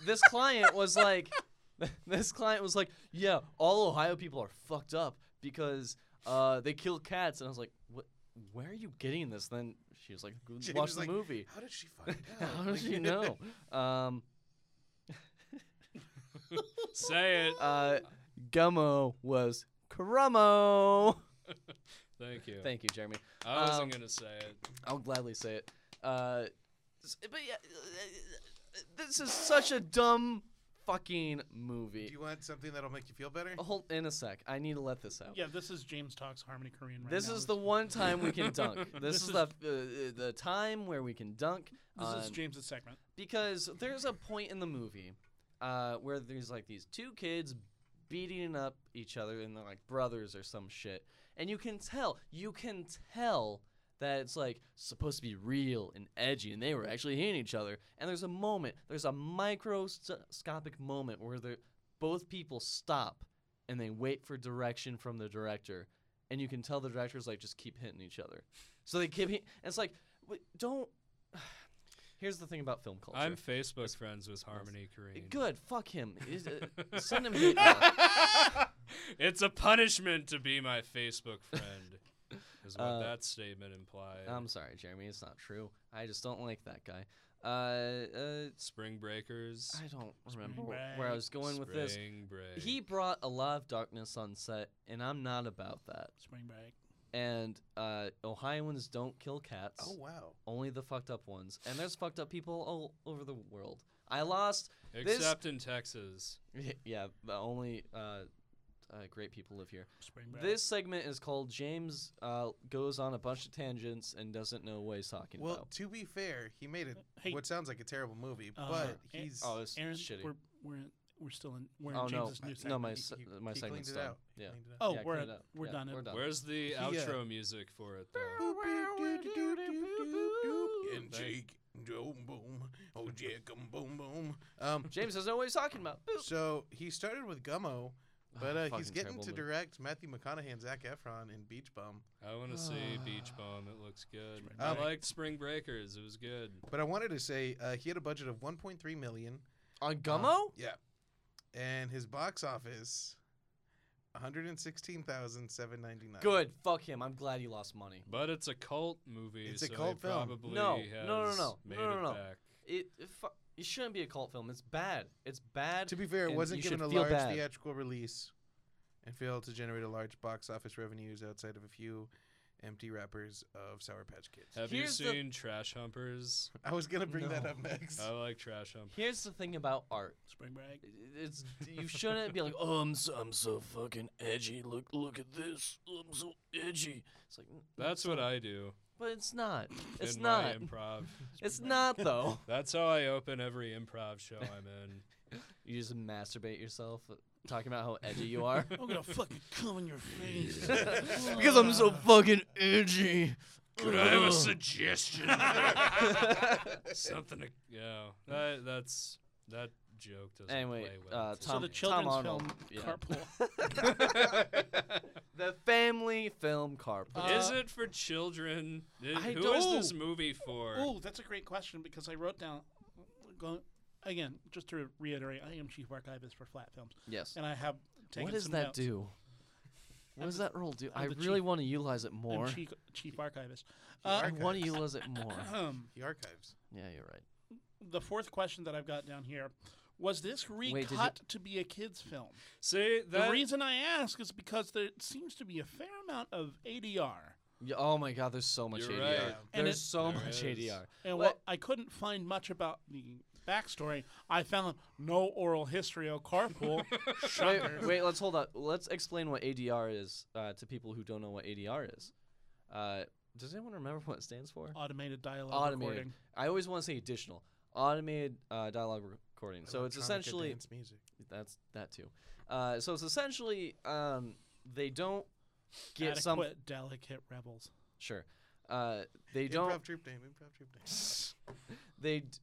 this client was like, [laughs] this client was like, yeah, all Ohio people are fucked up because uh, they kill cats, and I was like, what? where are you getting this? Then she was like, "Go Jamie's watch the like, movie. How did she [laughs] find out? How does [laughs] she know? Um, Say it. uh, Gummo was Crummo. Thank you. Thank you, Jeremy. I wasn't um, gonna say it. I'll gladly say it. Uh, s- but yeah, uh, this is such a dumb fucking Do movie. you want something that'll make you feel better? Hold in a sec. I need to let this out. Yeah, this is James talks harmony Korean. Right This now. is the one time we [laughs] can dunk. This, This is, is- the uh, the time where we can dunk. This is on- James's segment. because there's a point in the movie uh, where there's like these two kids beating up each other and they're like brothers or some shit and you can tell you can tell that it's like supposed to be real and edgy and they were actually hitting each other and there's a moment there's a microscopic moment where they're both people stop and they wait for direction from the director and you can tell the director's like just keep hitting each other so they keep hit- and it's like w- don't [sighs] here's the thing about film culture I'm Facebook friends with Harmony Korine. good fuck him He's, [laughs] uh, send him hate mail. it's a punishment to be my Facebook friend, is what Uh, um, that statement implied. i'm sorry jeremy it's not true i just don't like that guy uh, uh Spring Breakers. I don't remember Spring wh- where I break. was going with this. Spring Break. He brought a lot of darkness on set, and I'm not about that. Spring break. And uh, Ohioans don't kill cats, Oh wow. only the fucked up ones. And there's fucked up people all over the world. I lost. [laughs] this- Except in Texas. Yeah, the only uh, uh, great people live here. Spring break. This segment is called James uh, goes on a bunch of tangents and doesn't know what he's talking Well, about. to be fair, he made it Hey. what sounds like a terrible movie, Uh, but eh, he's Oh, it's Aaron, shitty. we're we're in, we're still in we're in oh no, James's new segment. no, my He- se- he- my he segment's cleaned it done. out. He Yeah. cleaned it out. oh, Yeah, we're clean it up. we're Yeah, done. we're done. Where's the uh, outro music for it, though? And Jake, boom, boom, oh Jake, um, boom, boom. Um, [laughs] James doesn't know what he's talking about. Boop. so he started with Gummo, but Oh, uh, he's fucking getting terrible to movie. direct Matthew McConaughey and Zach Efron in Beach Bum. I want to see [sighs] Beach Bum. It looks good. Spring I Break. liked Spring Breakers. It was good. But I wanted to say uh, he had a budget of 1.3 million. On Uh, Um, Gummo? yeah, and his box office, uh, 116,799. Good. Fuck him. I'm glad he lost money. But it's a cult movie. It's a so he cult film. Probably No, has no, no, no, Made no, no, it no. back. It it, fu- it shouldn't be a cult film. It's bad. It's bad. [laughs] To be fair, it and wasn't you given should a feel large bad. theatrical release and failed to generate a large box office revenues outside of a few empty wrappers of Sour Patch Kids. Have Here's the- you seen Trash Humpers? I was going to bring that No. up next. [laughs] I like Trash Humpers. Here's the thing about art. Spring break. It's you shouldn't be like, oh, I'm so, I'm so fucking edgy. Look, look at this. I'm so edgy. It's like, That's what I do but it's not. It's in not. my improv. It's not though. That's how I open every improv show I'm [laughs] in. You just masturbate yourself uh, talking about how edgy you are. I'm gonna fucking come in your face. [laughs] because I'm so fucking edgy. Could I have a suggestion? [laughs] Something to yeah. That, that's that joke doesn't Anyway, play well. uh, to so Tom- the me. children's Arnold, film yeah. carpool. The family film carpool. Uh, is it for children? I- I Who is don't- this movie for? oh, that's a great question because I wrote down. Going, again, just to reiterate, I am chief archivist for flat films, yes. and I have taken What does some that notes. do? What does that role do? I the really chief- want to utilize it more. I'm chief, chief archivist. I Uh, arch- want to utilize it more. [laughs] he archives. Yeah, you're right. the fourth question that I've got down here was this recut did you- to be a kids film. See the that reason I ask is because there seems to be a fair amount of ADR, Yeah, oh my God, there's so much You're ADR. right. And There's it- so There much is. ADR. But- and while I couldn't find much about the backstory, I found no oral history of [laughs] carpool. Wait, Shocker. wait, let's hold up. Let's explain what ADR is uh, to people who don't know what ADR is. Uh, does anyone remember what it stands for? Automated dialogue Automated. recording. I always want to say additional. Automated uh, dialogue recording. So it's Electronica essentially dance music. that's that too. Uh, so it's essentially um, they don't get Adequate, some delicate rebels. sure. Uh, they Improv don't. troop name. Improv troop name. They d-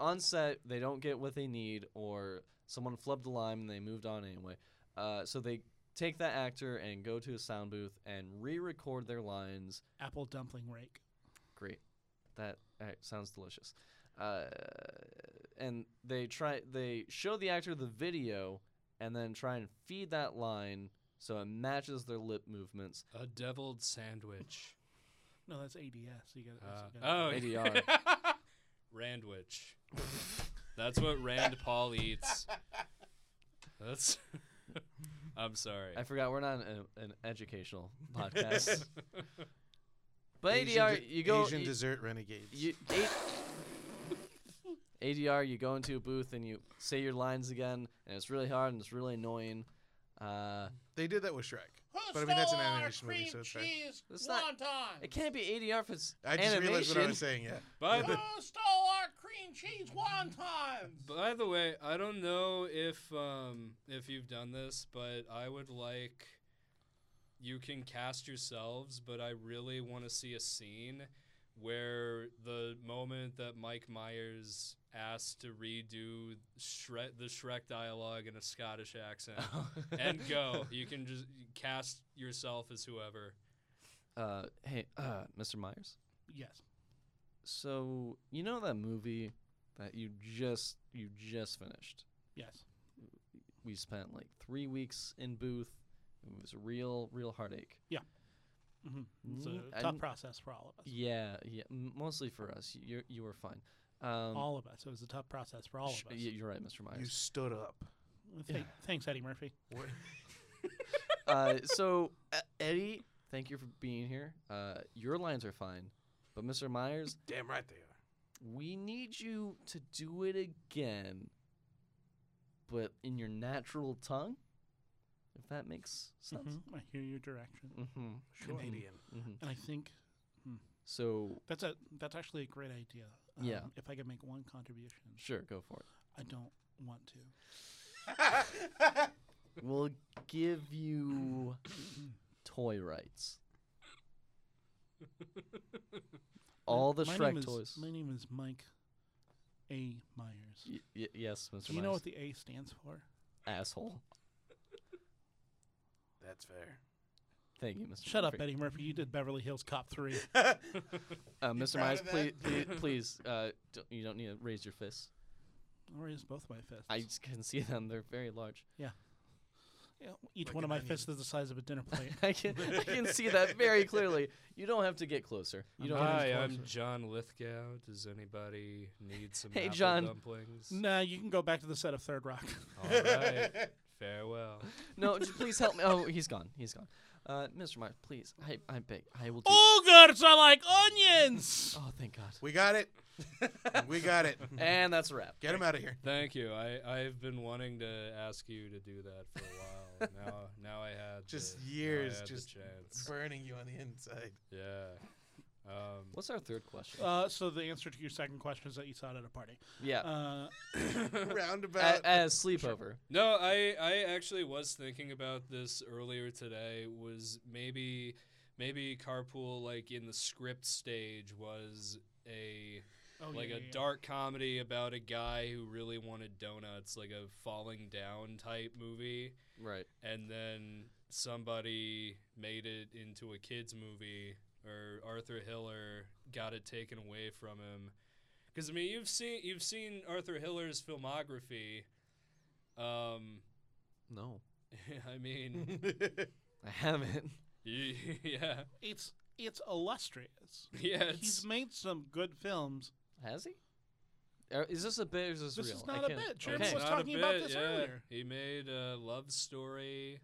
on set they don't get what they need, or someone flubbed a line and they moved on anyway. Uh, so they take that actor and go to a sound booth and re-record their lines. Apple dumpling rake. Great, that uh, sounds delicious. Uh, and they try they show the actor the video and then try and feed that line so it matches their lip movements a deviled sandwich. No, that's ADS. You got Uh, it. oh, ADR. Randwich. That's what Rand Paul eats. That's. [laughs] I'm sorry. I forgot we're not an, an [laughs] educational podcast. but Asian ADR, de- you go. Asian you- dessert renegades. you, A- [laughs] ADR, you go into a booth and you say your lines again, and it's really hard and it's really annoying. Uh, they did that with Shrek. But I mean, that's an animation movie, so it's fine. cheese It's not- wonton? it can't be ADR if it's I just animation. realized what I was saying. Yeah. By the Who stole our cream cheese wontons? by the way, I don't know if um if you've done this, but I would like you can cast yourselves, but I really want to see a scene where the moment that Mike Myers asked to redo Shre- the Shrek dialogue in a Scottish accent. [laughs] [laughs] and go. You can just cast yourself as whoever. Uh, hey, uh, Mr. Myers. yes. So you know that movie that you just you just finished. Yes. We spent like three weeks in booth. It was a real, real heartache. hmm It's Mm, a I tough n- process for all of us. Yeah, yeah. m- Mostly for us. You you were fine. Um, all of us. It was a tough process for all sh- of us. y- You're right, Mr. Myers. You stood up. [laughs] Well, thank- Thanks, Eddie Murphy. What? uh, so uh, Eddie, thank you for being here. Uh, your lines are fine, but Mr. Myers, Damn right they are. we need you to do it again, but in your natural tongue, if that makes sense. Mhm, I hear your direction, Mm-hmm. Sure. Canadian. and I think So that's a that's actually a great idea. Um, Yeah. If I could make one contribution, sure, go for it. I don't want to. We'll give [coughs] you toy rights. All the my Shrek name is, toys. My name is Mike A. Myers. Y- y- yes, Mr. Do you Myers. know what the A stands for? Asshole. That's fair. Thank you, Mr. Shut up, Murphy. Eddie Murphy. You did Beverly Hills [laughs] Cop Three. Uh, Mr. proud Myers, of please, that? please, please uh, don't, you don't need to raise your fists. I'll raise both my fists. I just can see them; they're very large. Yeah, each Like one of an my onion. fists is the size of a dinner [laughs] plate. I can, I can see that very clearly. You don't have to get closer. You don't. Have Hi, to I'm John Lithgow. Does anybody need some Hey, apple John. dumplings? nah, you can go back to the set of [laughs] Third Rock. All right. Farewell. no, just please help me. Oh, he's gone. He's gone. Uh, Mr. Myers, please. I, I beg. I will do. Oh, Ogres are like onions. [laughs] thank God. We [laughs] got it. we got it. And that's a wrap. Get him out of here. Thank you. I, I've been wanting to ask you to do that [laughs] for a while. now now I had Just the, now I years, had the just chance. Burning you on the inside. Yeah. Um, What's our third question? Uh, so the answer to your second question is that you saw it at a party. yeah, Uh, [laughs] Roundabout. a- as sleepover. No, I I actually was thinking about this earlier today. Was maybe maybe carpool like in the script stage was a oh, like yeah, a yeah, yeah. dark comedy about a guy who really wanted donuts, like a falling down type movie, Right. and then somebody made it into a kids movie, or Arthur Hiller got it taken away from him. Because I mean, you've seen you've seen Arthur Hiller's filmography. Um, [laughs] No, I mean, [laughs] I haven't. y- [laughs] yeah, It's it's illustrious. yeah. He's It's, made some good films. Has he? Or Is this a bit? Or is this, This real? is I not a can't- bit. Jeremy it's Okay. was not a talking about bit, this yeah. earlier. He made a love story.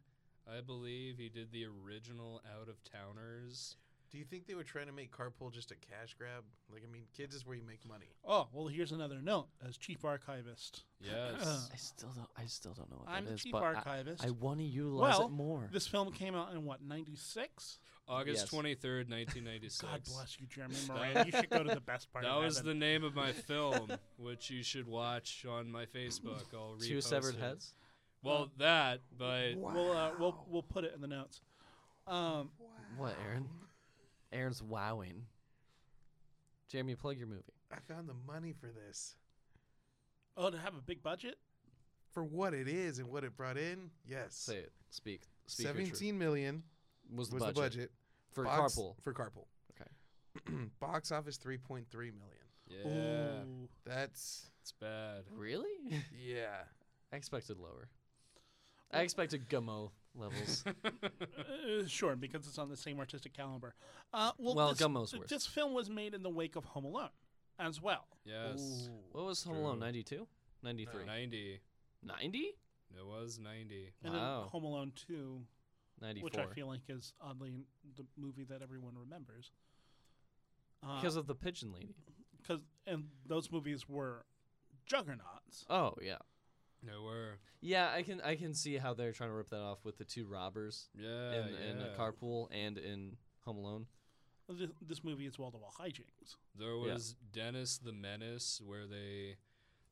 I believe he did the original Out of Towners. Do you think they were trying to make carpool just a cash grab? Like, I mean, kids is where you make money. Oh well, here's another note. As chief archivist, Yes. I still don't. I still don't know what I'm that the is, chief but I- archivist. I, want to utilize Well, it more. this film came out in what '96. August Yes. [laughs] 23rd, 1996. God bless you, [laughs] Jeremy Moran. you should go to the best part. That of was the heaven. name of my film, which you should watch on my Facebook. I'll repost Two severed it. heads. Well, that, but We'll uh, we'll we'll put it in the notes. Um, What, Aaron? Aaron's wowing. Jeremy, plug your movie. I found the money for this. oh, to have a big budget. For what it is and what it brought in, yes. Say it. Speak. Speak your truth. Seventeen million was the was budget, the budget. for Box- Carpool. For carpool. Okay. [clears throat] Box office 3.3 million. yeah, Ooh. That's it's bad. [laughs] Really? yeah. I expected lower. I expected Gummo levels. Uh, sure, because it's on the same artistic caliber. Uh, well, Well, this, Gummo's worse. This film was made in the wake of Home Alone, as well. yes. [laughs] what was Home Alone? True. 92? 93? 90. 90? It was 90. And Wow. then Home Alone Two, 94. which I feel like is oddly the movie that everyone remembers. Uh, because of the pigeon lady. 'cause- and those movies were juggernauts. Oh yeah, No were. yeah. I can I can see how they're trying to rip that off with the two robbers Yeah. in, in yeah. a carpool and in Home Alone. This, this movie is wall to wall hijinks. There Yeah. was Dennis the Menace, where they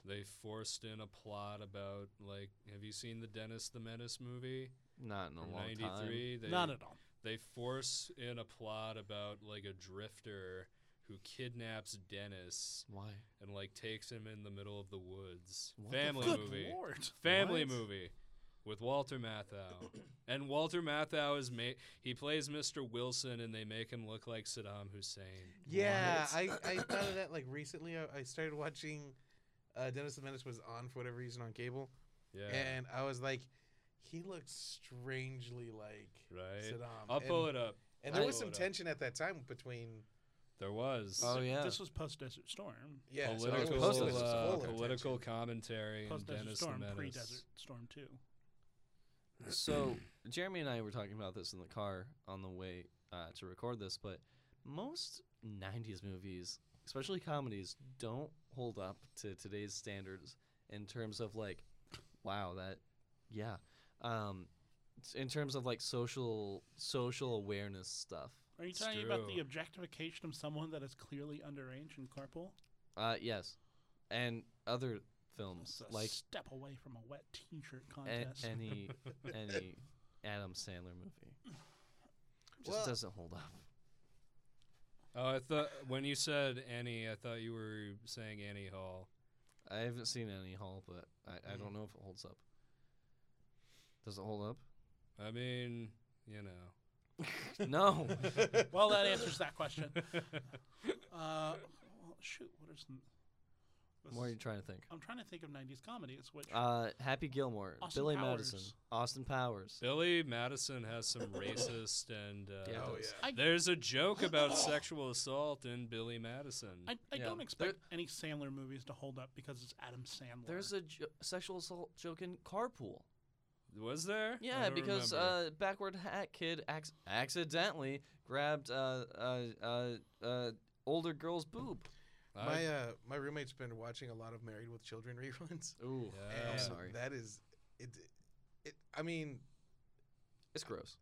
they forced in a plot about like, have you seen the Dennis the Menace movie? Not in a From long time. They, Not at all. they force in a plot about like a drifter who kidnaps Dennis Why? and like takes him in the middle of the woods. What the Family Good movie. lord. Family What? movie with [coughs] Walter Matthau. and Walter Matthau is ma- he plays Mr. Wilson and they make him look like Saddam Hussein. Yeah, I, I thought of that like recently. I, I started watching uh, Dennis the Menace was on for whatever reason on cable, Yeah. Eh. and I was like, he looked strangely like right. Saddam. I'll pull and, it up. And there I'll was pull some it up. tension at that time between There was Oh yeah. This was post Desert Storm. yeah, so there was political Post full of Desert uh, tension. political commentary and Post Desert Dennis the Storm, pre Menace. Desert Storm 2. so Jeremy and I were talking about this in the car on the way uh, to record this, but most '90s movies, especially comedies, don't hold up to today's standards in terms of like, wow, that, yeah, um, s- in terms of like social social awareness stuff. Are you It's talking about true. the objectification of someone that is clearly underage in Carpool? Uh, yes, and other films It's a like step away from a wet t shirt a- contest. any any Adam Sandler movie. Just Well- doesn't hold up. Oh, I thought when you said Annie, I thought you were saying Annie Hall. I haven't seen any Hall, but I, I don't know if it holds up. Does it hold [laughs] I mean, you know. up? [laughs] no. well, that answers that question. [laughs] Uh, well, shoot, what is. n- this What are is- you trying to think? I'm trying to think of 90s comedies, which. Uh, Happy Gilmore, Austin Billy Powers. Madison, Austin Powers. Billy Madison has [laughs] some racist and uh, Yeah, Oh those- yeah. I, There's a joke about sexual assault in Billy Madison. I, I Yeah. don't There- expect any Sandler movies to hold up because it's Adam Sandler. There's a jo- sexual assault joke in Carpool. Was there? I Yeah, don't because remember. uh, backward hat kid ac- accidentally grabbed uh, uh, uh, uh, older girl's boob. I- My uh, my roommate's been watching a lot of Married with Children [laughs] reruns. Ooh, Oh, Yeah. I'm and sorry. That is it. It. I mean, It's gross.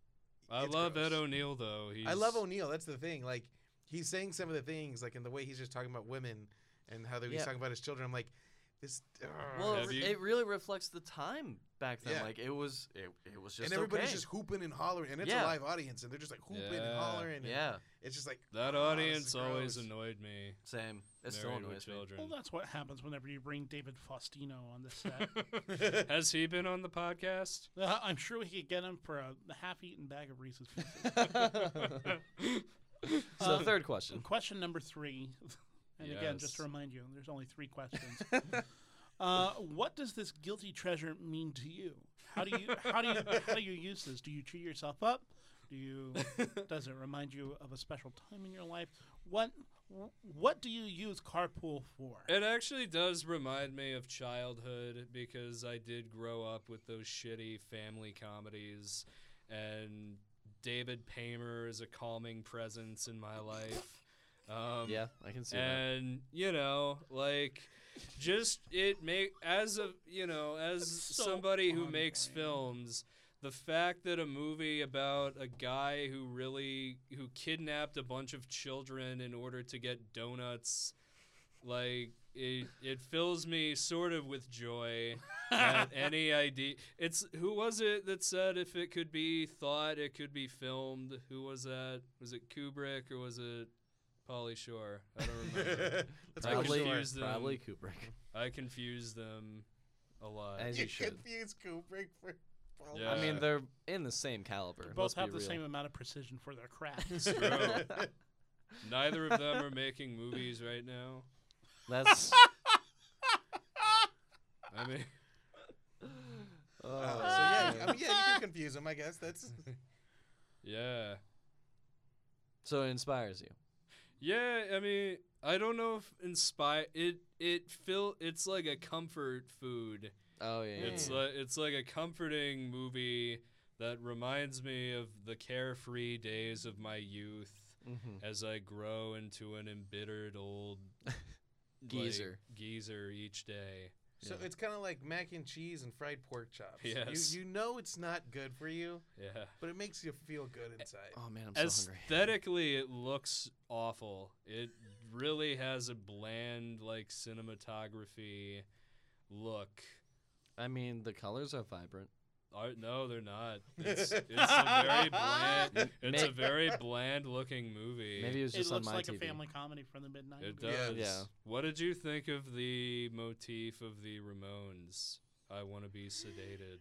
I it's love gross. Ed O'Neill though. He's, I love O'Neill. That's the thing. Like he's saying some of the things, like in the way he's just talking about women and how that he's Yeah. talking about his children. I'm like, this. uh, ugh. Well, it, Have re- you- it really reflects the time back then. Yeah. Like it was, it, it was just and everybody's okay. just hooping and hollering, and it's Yeah. a live audience, and they're just like hooping and Yeah. hollering. And yeah, It's just like That "Oh, this audience is always gross." annoyed me. same. It still Married with annoys me. children. Well, that's what happens whenever you bring David Faustino on the [laughs] set. Has he been on the podcast? Uh, I'm sure we could get him for a half-eaten bag of Reese's Pieces. [laughs] So Um, third question. Question number three, and again, just to Yes. remind you, there's only three questions. uh, what does this guilty treasure mean to you? How do you how do you how do you use this? Do you cheer yourself up? Do you does it remind you of a special time in your life? What what do you use carpool for? It actually does remind me of childhood because I did grow up with those shitty family comedies, and David Paymer is a calming presence in my life. Um, Yeah, I can see that. and you know like just it make as a you know as so somebody who makes ongoing. films the fact that a movie about a guy who really who kidnapped a bunch of children in order to get donuts like it it fills me sort of with joy at any idea it's who was it that said if it could be thought it could be filmed who was that was it kubrick or was it Polly Shore. I [laughs] don't remember. Let's I make Probably, sure. confuse them. probably Kubrick. I confuse them a lot. As You you should. confuse Kubrick for. Paul Yeah. I mean, Uh, they're in the same caliber. They let's both be have the real. same amount of precision for their craft. True. [laughs] Neither of them are making movies right now. [laughs] [laughs] That's. I mean, [laughs] Oh, Uh, [laughs] so yeah, I mean, yeah, you can confuse them. I [laughs] guess that's yeah. So it inspires you. Yeah, I mean, I don't know if inspire it it feel it's like a comfort food. Oh yeah. It's yeah. like it's like a comforting movie that reminds me of the carefree days of my youth Mhm. as I grow into an embittered old like, Geezer. geezer each day. so. Yeah. It's kind of like mac and cheese and fried pork chops. Yes. You you know it's not good for you, Yeah. but it makes you feel good inside. Oh man, I'm so hungry. Aesthetically, it looks awful. It really has a bland, like cinematography look. I mean, the colors are vibrant. Ar- no, they're not. It's, it's [laughs] a very bland. It's a May- very bland-looking movie. Maybe it was It just on looks my like TV. a family comedy from the mid it '90s. does. Yeah. What did you think of the motif of the Ramones? I want to be sedated.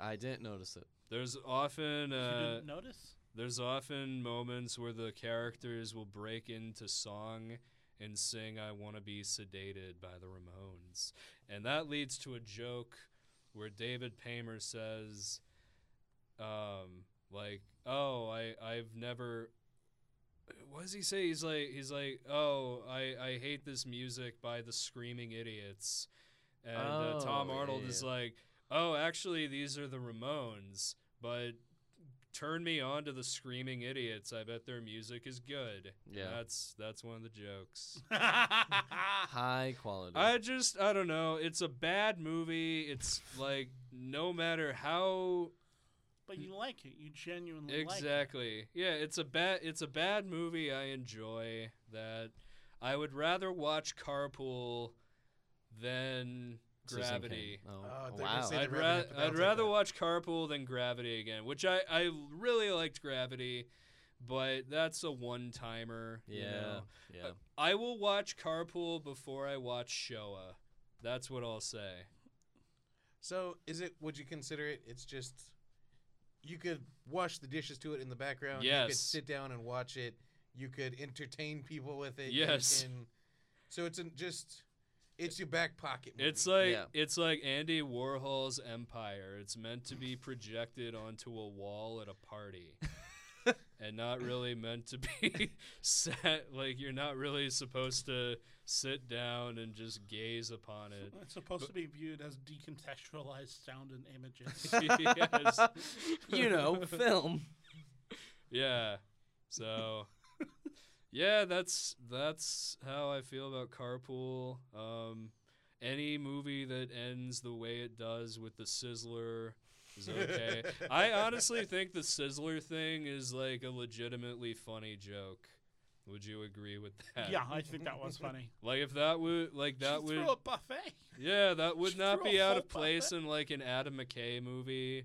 I didn't notice it. There's often you uh, didn't notice? There's often moments where the characters will break into song and sing I Wanna Be Sedated by the Ramones. And that leads to a joke where David Paymer says, um, like, oh, I, I've never. What does he say? He's like, he's like, oh, I, I hate this music by the Screaming Idiots. And uh, Tom Oh, yeah, Arnold is yeah. like, oh, actually, these are the Ramones, but turn me on to the screaming idiots. I bet their music is good. And Yeah. that's that's one of the jokes. High quality. I just I don't know. It's a bad movie. It's like no matter how but you like it. You genuinely like it. exactly. Yeah, it's a bad it's a bad movie. I enjoy that. I would rather watch Carpool than Susan Cain. Gravity. Oh, Oh, they're gonna wow. say- I'd, the ra- Revenant, but I I'd don't rather like that. watch Carpool than Gravity again, which I, I really liked Gravity, but that's a one timer. Yeah. [laughs] Yeah. I will watch Carpool before I watch Showa. That's what I'll say. So is it? Would you consider it? It's just you could wash the dishes to it in the background. You could Yes. sit down and watch it. You could entertain people with it. you Yes. can- so it's an, just it's your back pocket. Movie. It's like Yeah. it's like Andy Warhol's Empire. It's meant to be projected onto a wall at a party. and not really meant to be [laughs] set like you're not really supposed to sit down and just gaze upon it. It's supposed to be viewed as decontextualized sound and images. Yes. you know, [laughs] film. Yeah. So yeah, that's that's how I feel about Carpool. Um any movie that ends the way it does with the sizzler is okay. [laughs] I honestly think the sizzler thing is like a legitimately funny joke. Would you agree with that? yeah, I think that was funny. Like if that would like that she would threw a buffet. [laughs] yeah, that would She not threw a be out whole of place buffet. in like an Adam McKay movie.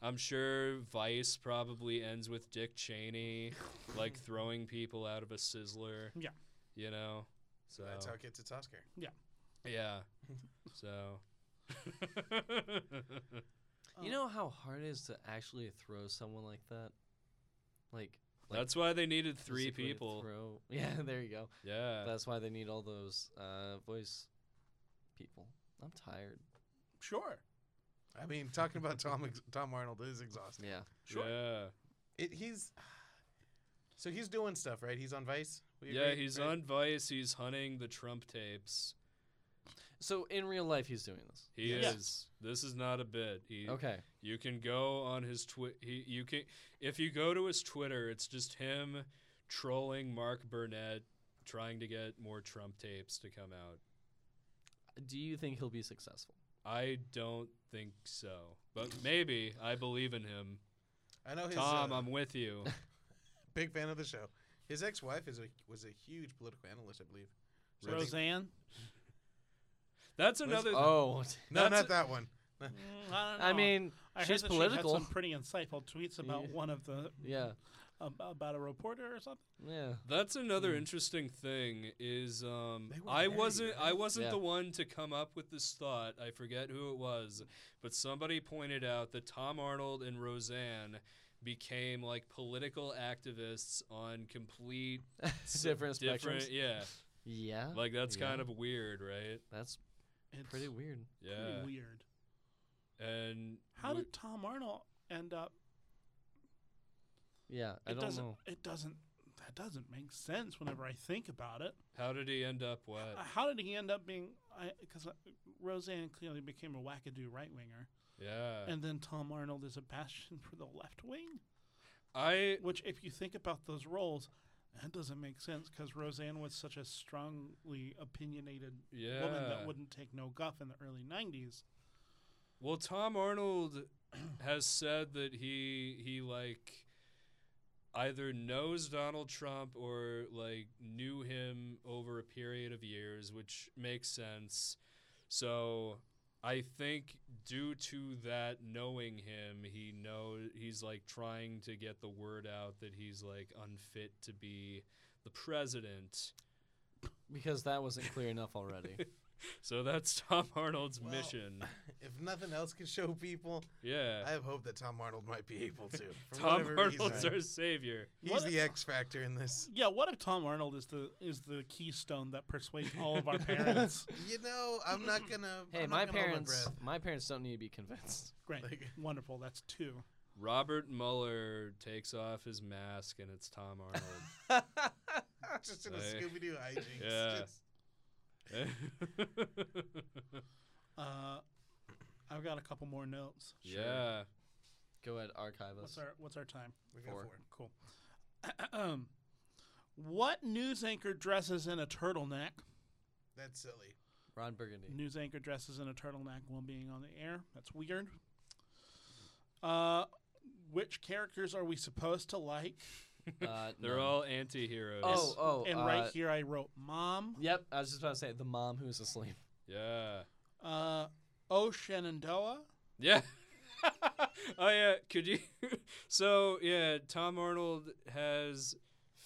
I'm sure Vice probably ends with Dick Cheney like [laughs] throwing people out of a sizzler. Yeah. You know. So so that's how it gets its Oscar. [laughs] yeah. So You know how hard it is to actually throw someone like that? Like, like that's why they needed three physically people. Throw. [laughs] Yeah, there you go. Yeah. That's why they need all those uh, voice people. I'm tired. Sure. I mean, talking about Tom ex- Tom Arnold is exhausting. Yeah. Sure. Yeah. It, he's so he's doing stuff right. He's on Vice. We Yeah, agree, he's right? on Vice. He's hunting the Trump tapes. So in real life, he's doing this. He Yes. is. This is not a bit. He, Okay. You can go on his twi- he you can if you go to his Twitter, it's just him trolling Mark Burnett trying to get more Trump tapes to come out. Do you think he'll be successful? I don't think so. But maybe I believe in him. I know his Tom, uh, I'm with you. big fan of the show. His ex-wife is a was a huge political analyst, I believe. So I think- Roseanne. That's another Oh, no, that's not a- that one. Mm, I don't know. I mean, I heard she's that political. She had some pretty insightful tweets about Yeah. one of the [laughs] yeah. ab- about a reporter or something. Yeah. [laughs] That's another interesting thing is um, They were I married, wasn't I right? wasn't Yeah. the one to come up with this thought. I forget who it was, but somebody pointed out that Tom Arnold and Roseanne became like political activists on complete [laughs] s- different different spectrums. yeah. Yeah. Like that's Yeah. kind of weird, right? That's It's pretty weird. Yeah. pretty weird. And How we- did Tom Arnold end up? Yeah, I It don't doesn't. know. It doesn't. That doesn't make sense whenever I think about it. how did he end up what? [laughs] Uh, How did he end up being? Because Roseanne clearly became a wackadoo right winger, Yeah. and then Tom Arnold is a bastion [laughs] for the left wing. I Which, if you think about those roles, that doesn't make sense because Roseanne was such a strongly opinionated yeah. woman that wouldn't take no guff in the early '90s. Well, Tom Arnold [clears throat] has said that he he like either knows Donald Trump or like knew him over a period of years, which makes sense. So I think due to that knowing him, he know he's like trying to get the word out that he's like unfit to be the president. Because that wasn't clear enough already. So that's [laughs] Tom Arnold's Well, mission. If nothing else can show people, Yeah. I have hope that Tom Arnold might be able to. For [laughs] Tom whatever Arnold's reason. our savior. He's What- the X factor in this. Yeah, what if Tom Arnold is the is the keystone that persuades all of our parents? You know, I'm not gonna. hey, I'm my not gonna hold parents, breath. [laughs] my parents don't need to be convinced. [laughs] Great, Like- wonderful. That's two. Robert Mueller takes off his mask and it's Tom Arnold. just in a Hey. Scooby Doo hijinks. Yeah. Just- Uh, I've got a couple more notes. Yeah. Go ahead, archive us. What's our What's our time? we got Four. four. Cool. um, [clears throat] what news anchor dresses in a turtleneck? That's silly. Ron [laughs] Burgundy. News anchor dresses in a turtleneck while being on the air. That's weird. Uh, which characters are we supposed to like? Uh, They're no. all anti heroes. Oh, oh. and uh, right here, I wrote mom. Yep, I was just about to say the mom who's asleep. Yeah. Uh, oh Shenandoah. Yeah. oh, yeah. [laughs] Could you? [laughs] so, yeah, Tom Arnold has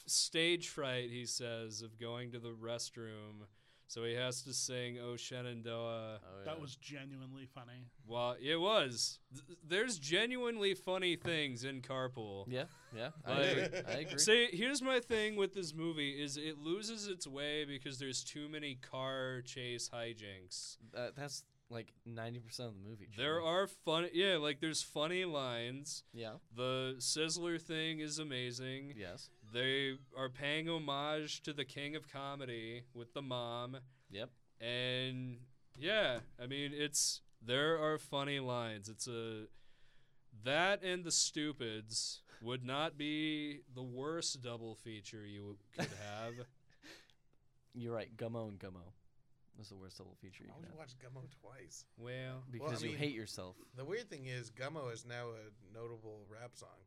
stage fright, he says, of going to the restroom. So he has to sing Oh Shenandoah. Oh, yeah. That was genuinely funny. Well, it was. Th- There's genuinely funny things in Carpool. [laughs] Yeah, yeah. I agree. Like- [laughs] I agree. See, here's my thing with this movie is it loses its way because there's too many car chase hijinks. Uh, that's like ninety percent of the movie. There Charlie. are fun yeah, like there's funny lines. Yeah. The Sizzler thing is amazing. Yes. They are paying homage to the king of comedy with the mom. Yep. And yeah, I mean it's there are funny lines. It's a that and the stupids would not be the worst double feature you could have. You're right. Gummo and Gummo. That's the worst double feature you I can would have. watch Gummo twice. well, Because I you mean- hate yourself. The weird thing is, Gummo is now a notable rap song.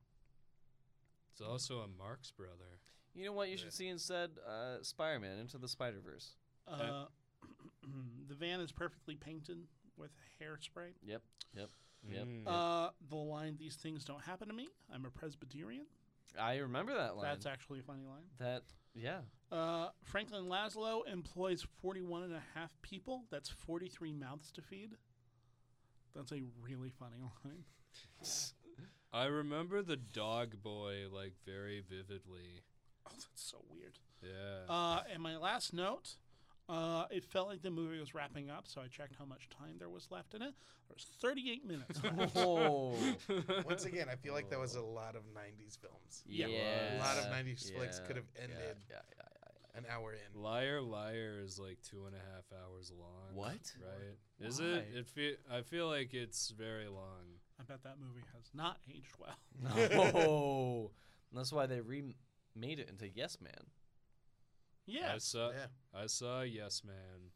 it's also a Marx brother. You know what you should Yeah. see instead? Uh, Spider-Man into the Spider-Verse. Uh, [clears throat] the van is perfectly painted with hairspray. Yep. Yep. Yep. Mm. Uh, the line, these things don't happen to me. I'm a Presbyterian. I remember that line. That's actually a funny line. that. Yeah. Uh, Franklin Laszlo employs 41 and a half people. That's 43 mouths to feed. That's a really funny [laughs] line. I remember the dog boy like very vividly. Oh, that's so weird. Yeah. Uh, and my last note, uh, it felt like the movie was wrapping up, so I checked how much time there was left in it. There was 38 minutes. Oh. Once again, I feel like that was [laughs] a lot of '90s films. yeah. Yeah. A lot of 90s flicks yeah, could have yeah, ended Yeah. yeah, an hour in. Liar, liar is like two and a half hours long. What? Right? Is it? Why? It fe- I feel like it's very long. I bet that movie has not aged well. yeah. No. Oh. that's why they remade it into Yes Man Yeah. I saw. Yeah. I saw Yes Man.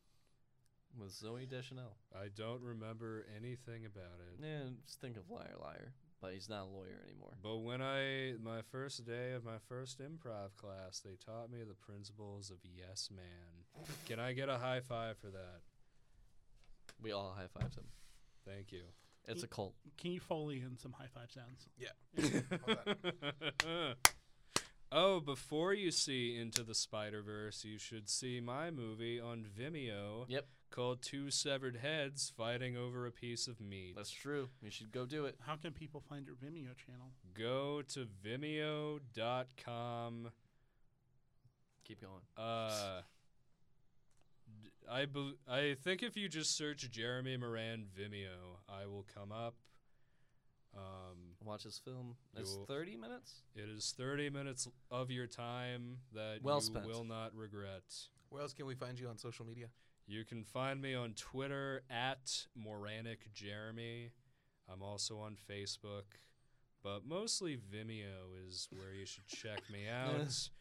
with Zoe Deschanel. I don't remember anything about it. Yeah, just think of Liar Liar, but he's not a lawyer anymore. But when I my first day of my first improv class, they taught me the principles of Yes Man. Can I get a high five for that? We all high fived him. Thank you. It's a cult. Can you foley in some high five sounds? [laughs] oh, before you see Into the Spider Verse, you should see my movie on Vimeo Yep. called Two Severed Heads Fighting Over a Piece of Meat. That's true. You should go do it. How can people find your Vimeo channel? Go to Vimeo.com. Keep going. Uh, I bel I think if you just search Jeremy Moran Vimeo, I will come up. Um, Watch this film. It's You'll- 30 minutes? it is 30 minutes of your time that Well you spent. will not regret. Where else can we find you on social media? You can find me on Twitter at Moranic Jeremy. I'm also on Facebook, but mostly Vimeo is where you should check me out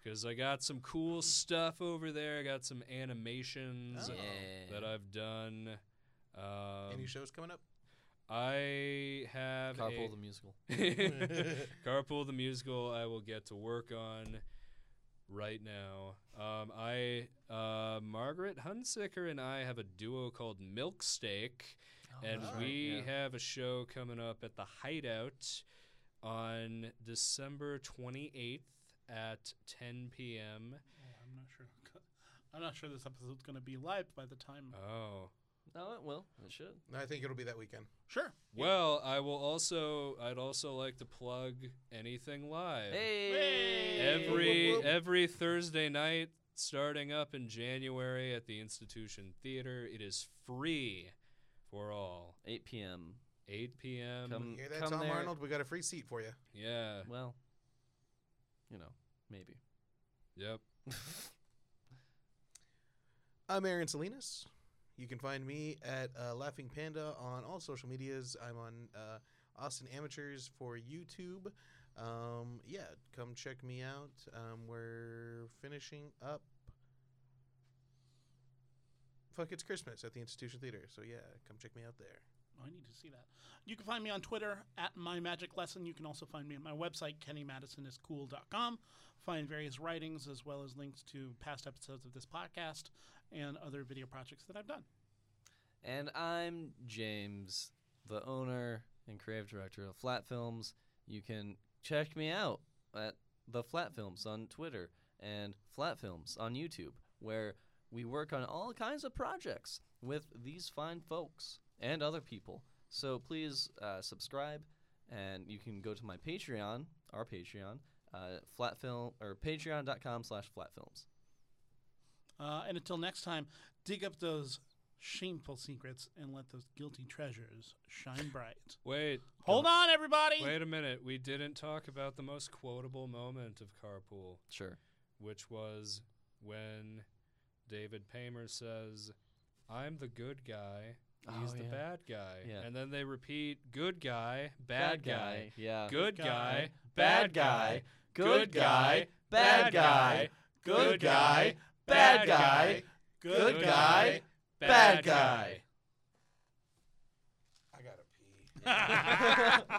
because I got some cool stuff over there. I got some animations Oh. that I've done. Um, Any shows coming up? I have Carpool a- the musical. [laughs] Carpool the musical. I will get to work on right now. Um, I uh, Margaret Hunsicker and I have a duo called Milksteak, and that's right, we Oh, yeah. have a show coming up at the Hideout on December twenty eighth at ten p.m. Oh, I'm not sure. [laughs] I'm not sure this episode's going to be live by the time. Oh. No, it will. It should. No, I think it'll be that weekend. sure. Well, I will also. I'd also like to plug anything live. Hey! every Whoop, whoop. every Thursday night starting up in January at the Institution Theater. It is free for all. 8 p.m. 8 p.m. Come, Hear that, come Tom there. Arnold? We got a free seat for you. Yeah. Well, you know, maybe. Yep. I'm Aaron Salinas. You can find me at uh, Laughing Panda on all social medias. I'm on uh, Austin Amateurs for YouTube. Um, yeah, come check me out. Um, we're finishing up. Fuck, it's Christmas at the Institution Theater. So yeah, come check me out there. Oh, I need to see that. You can find me on Twitter at My Magic Lesson. You can also find me at my website, KennyMadisonIsCool.com. Find various writings as well as links to past episodes of this podcast and other video projects that I've done. And I'm James, the owner and creative director of Flat Films. You can check me out at the Flat Films on Twitter and Flat Films on YouTube, where we work on all kinds of projects with these fine folks and other people. So please uh, subscribe, and you can go to my Patreon, our Patreon, uh, flat film or patreon.com slash flatfilms. Uh, and until next time, dig up those shameful secrets and let those guilty treasures shine bright. Wait. Hold on, everybody. Wait a minute. We didn't talk about the most quotable moment of Carpool, Sure. which was when David Paymer says, "I'm the good guy." He's Oh, the yeah. bad guy. Yeah. And then they repeat, good guy, bad, guy. Yeah. good Good guy, guy, bad guy, good guy, bad guy, good guy, bad guy, good guy, bad guy. I gotta pee.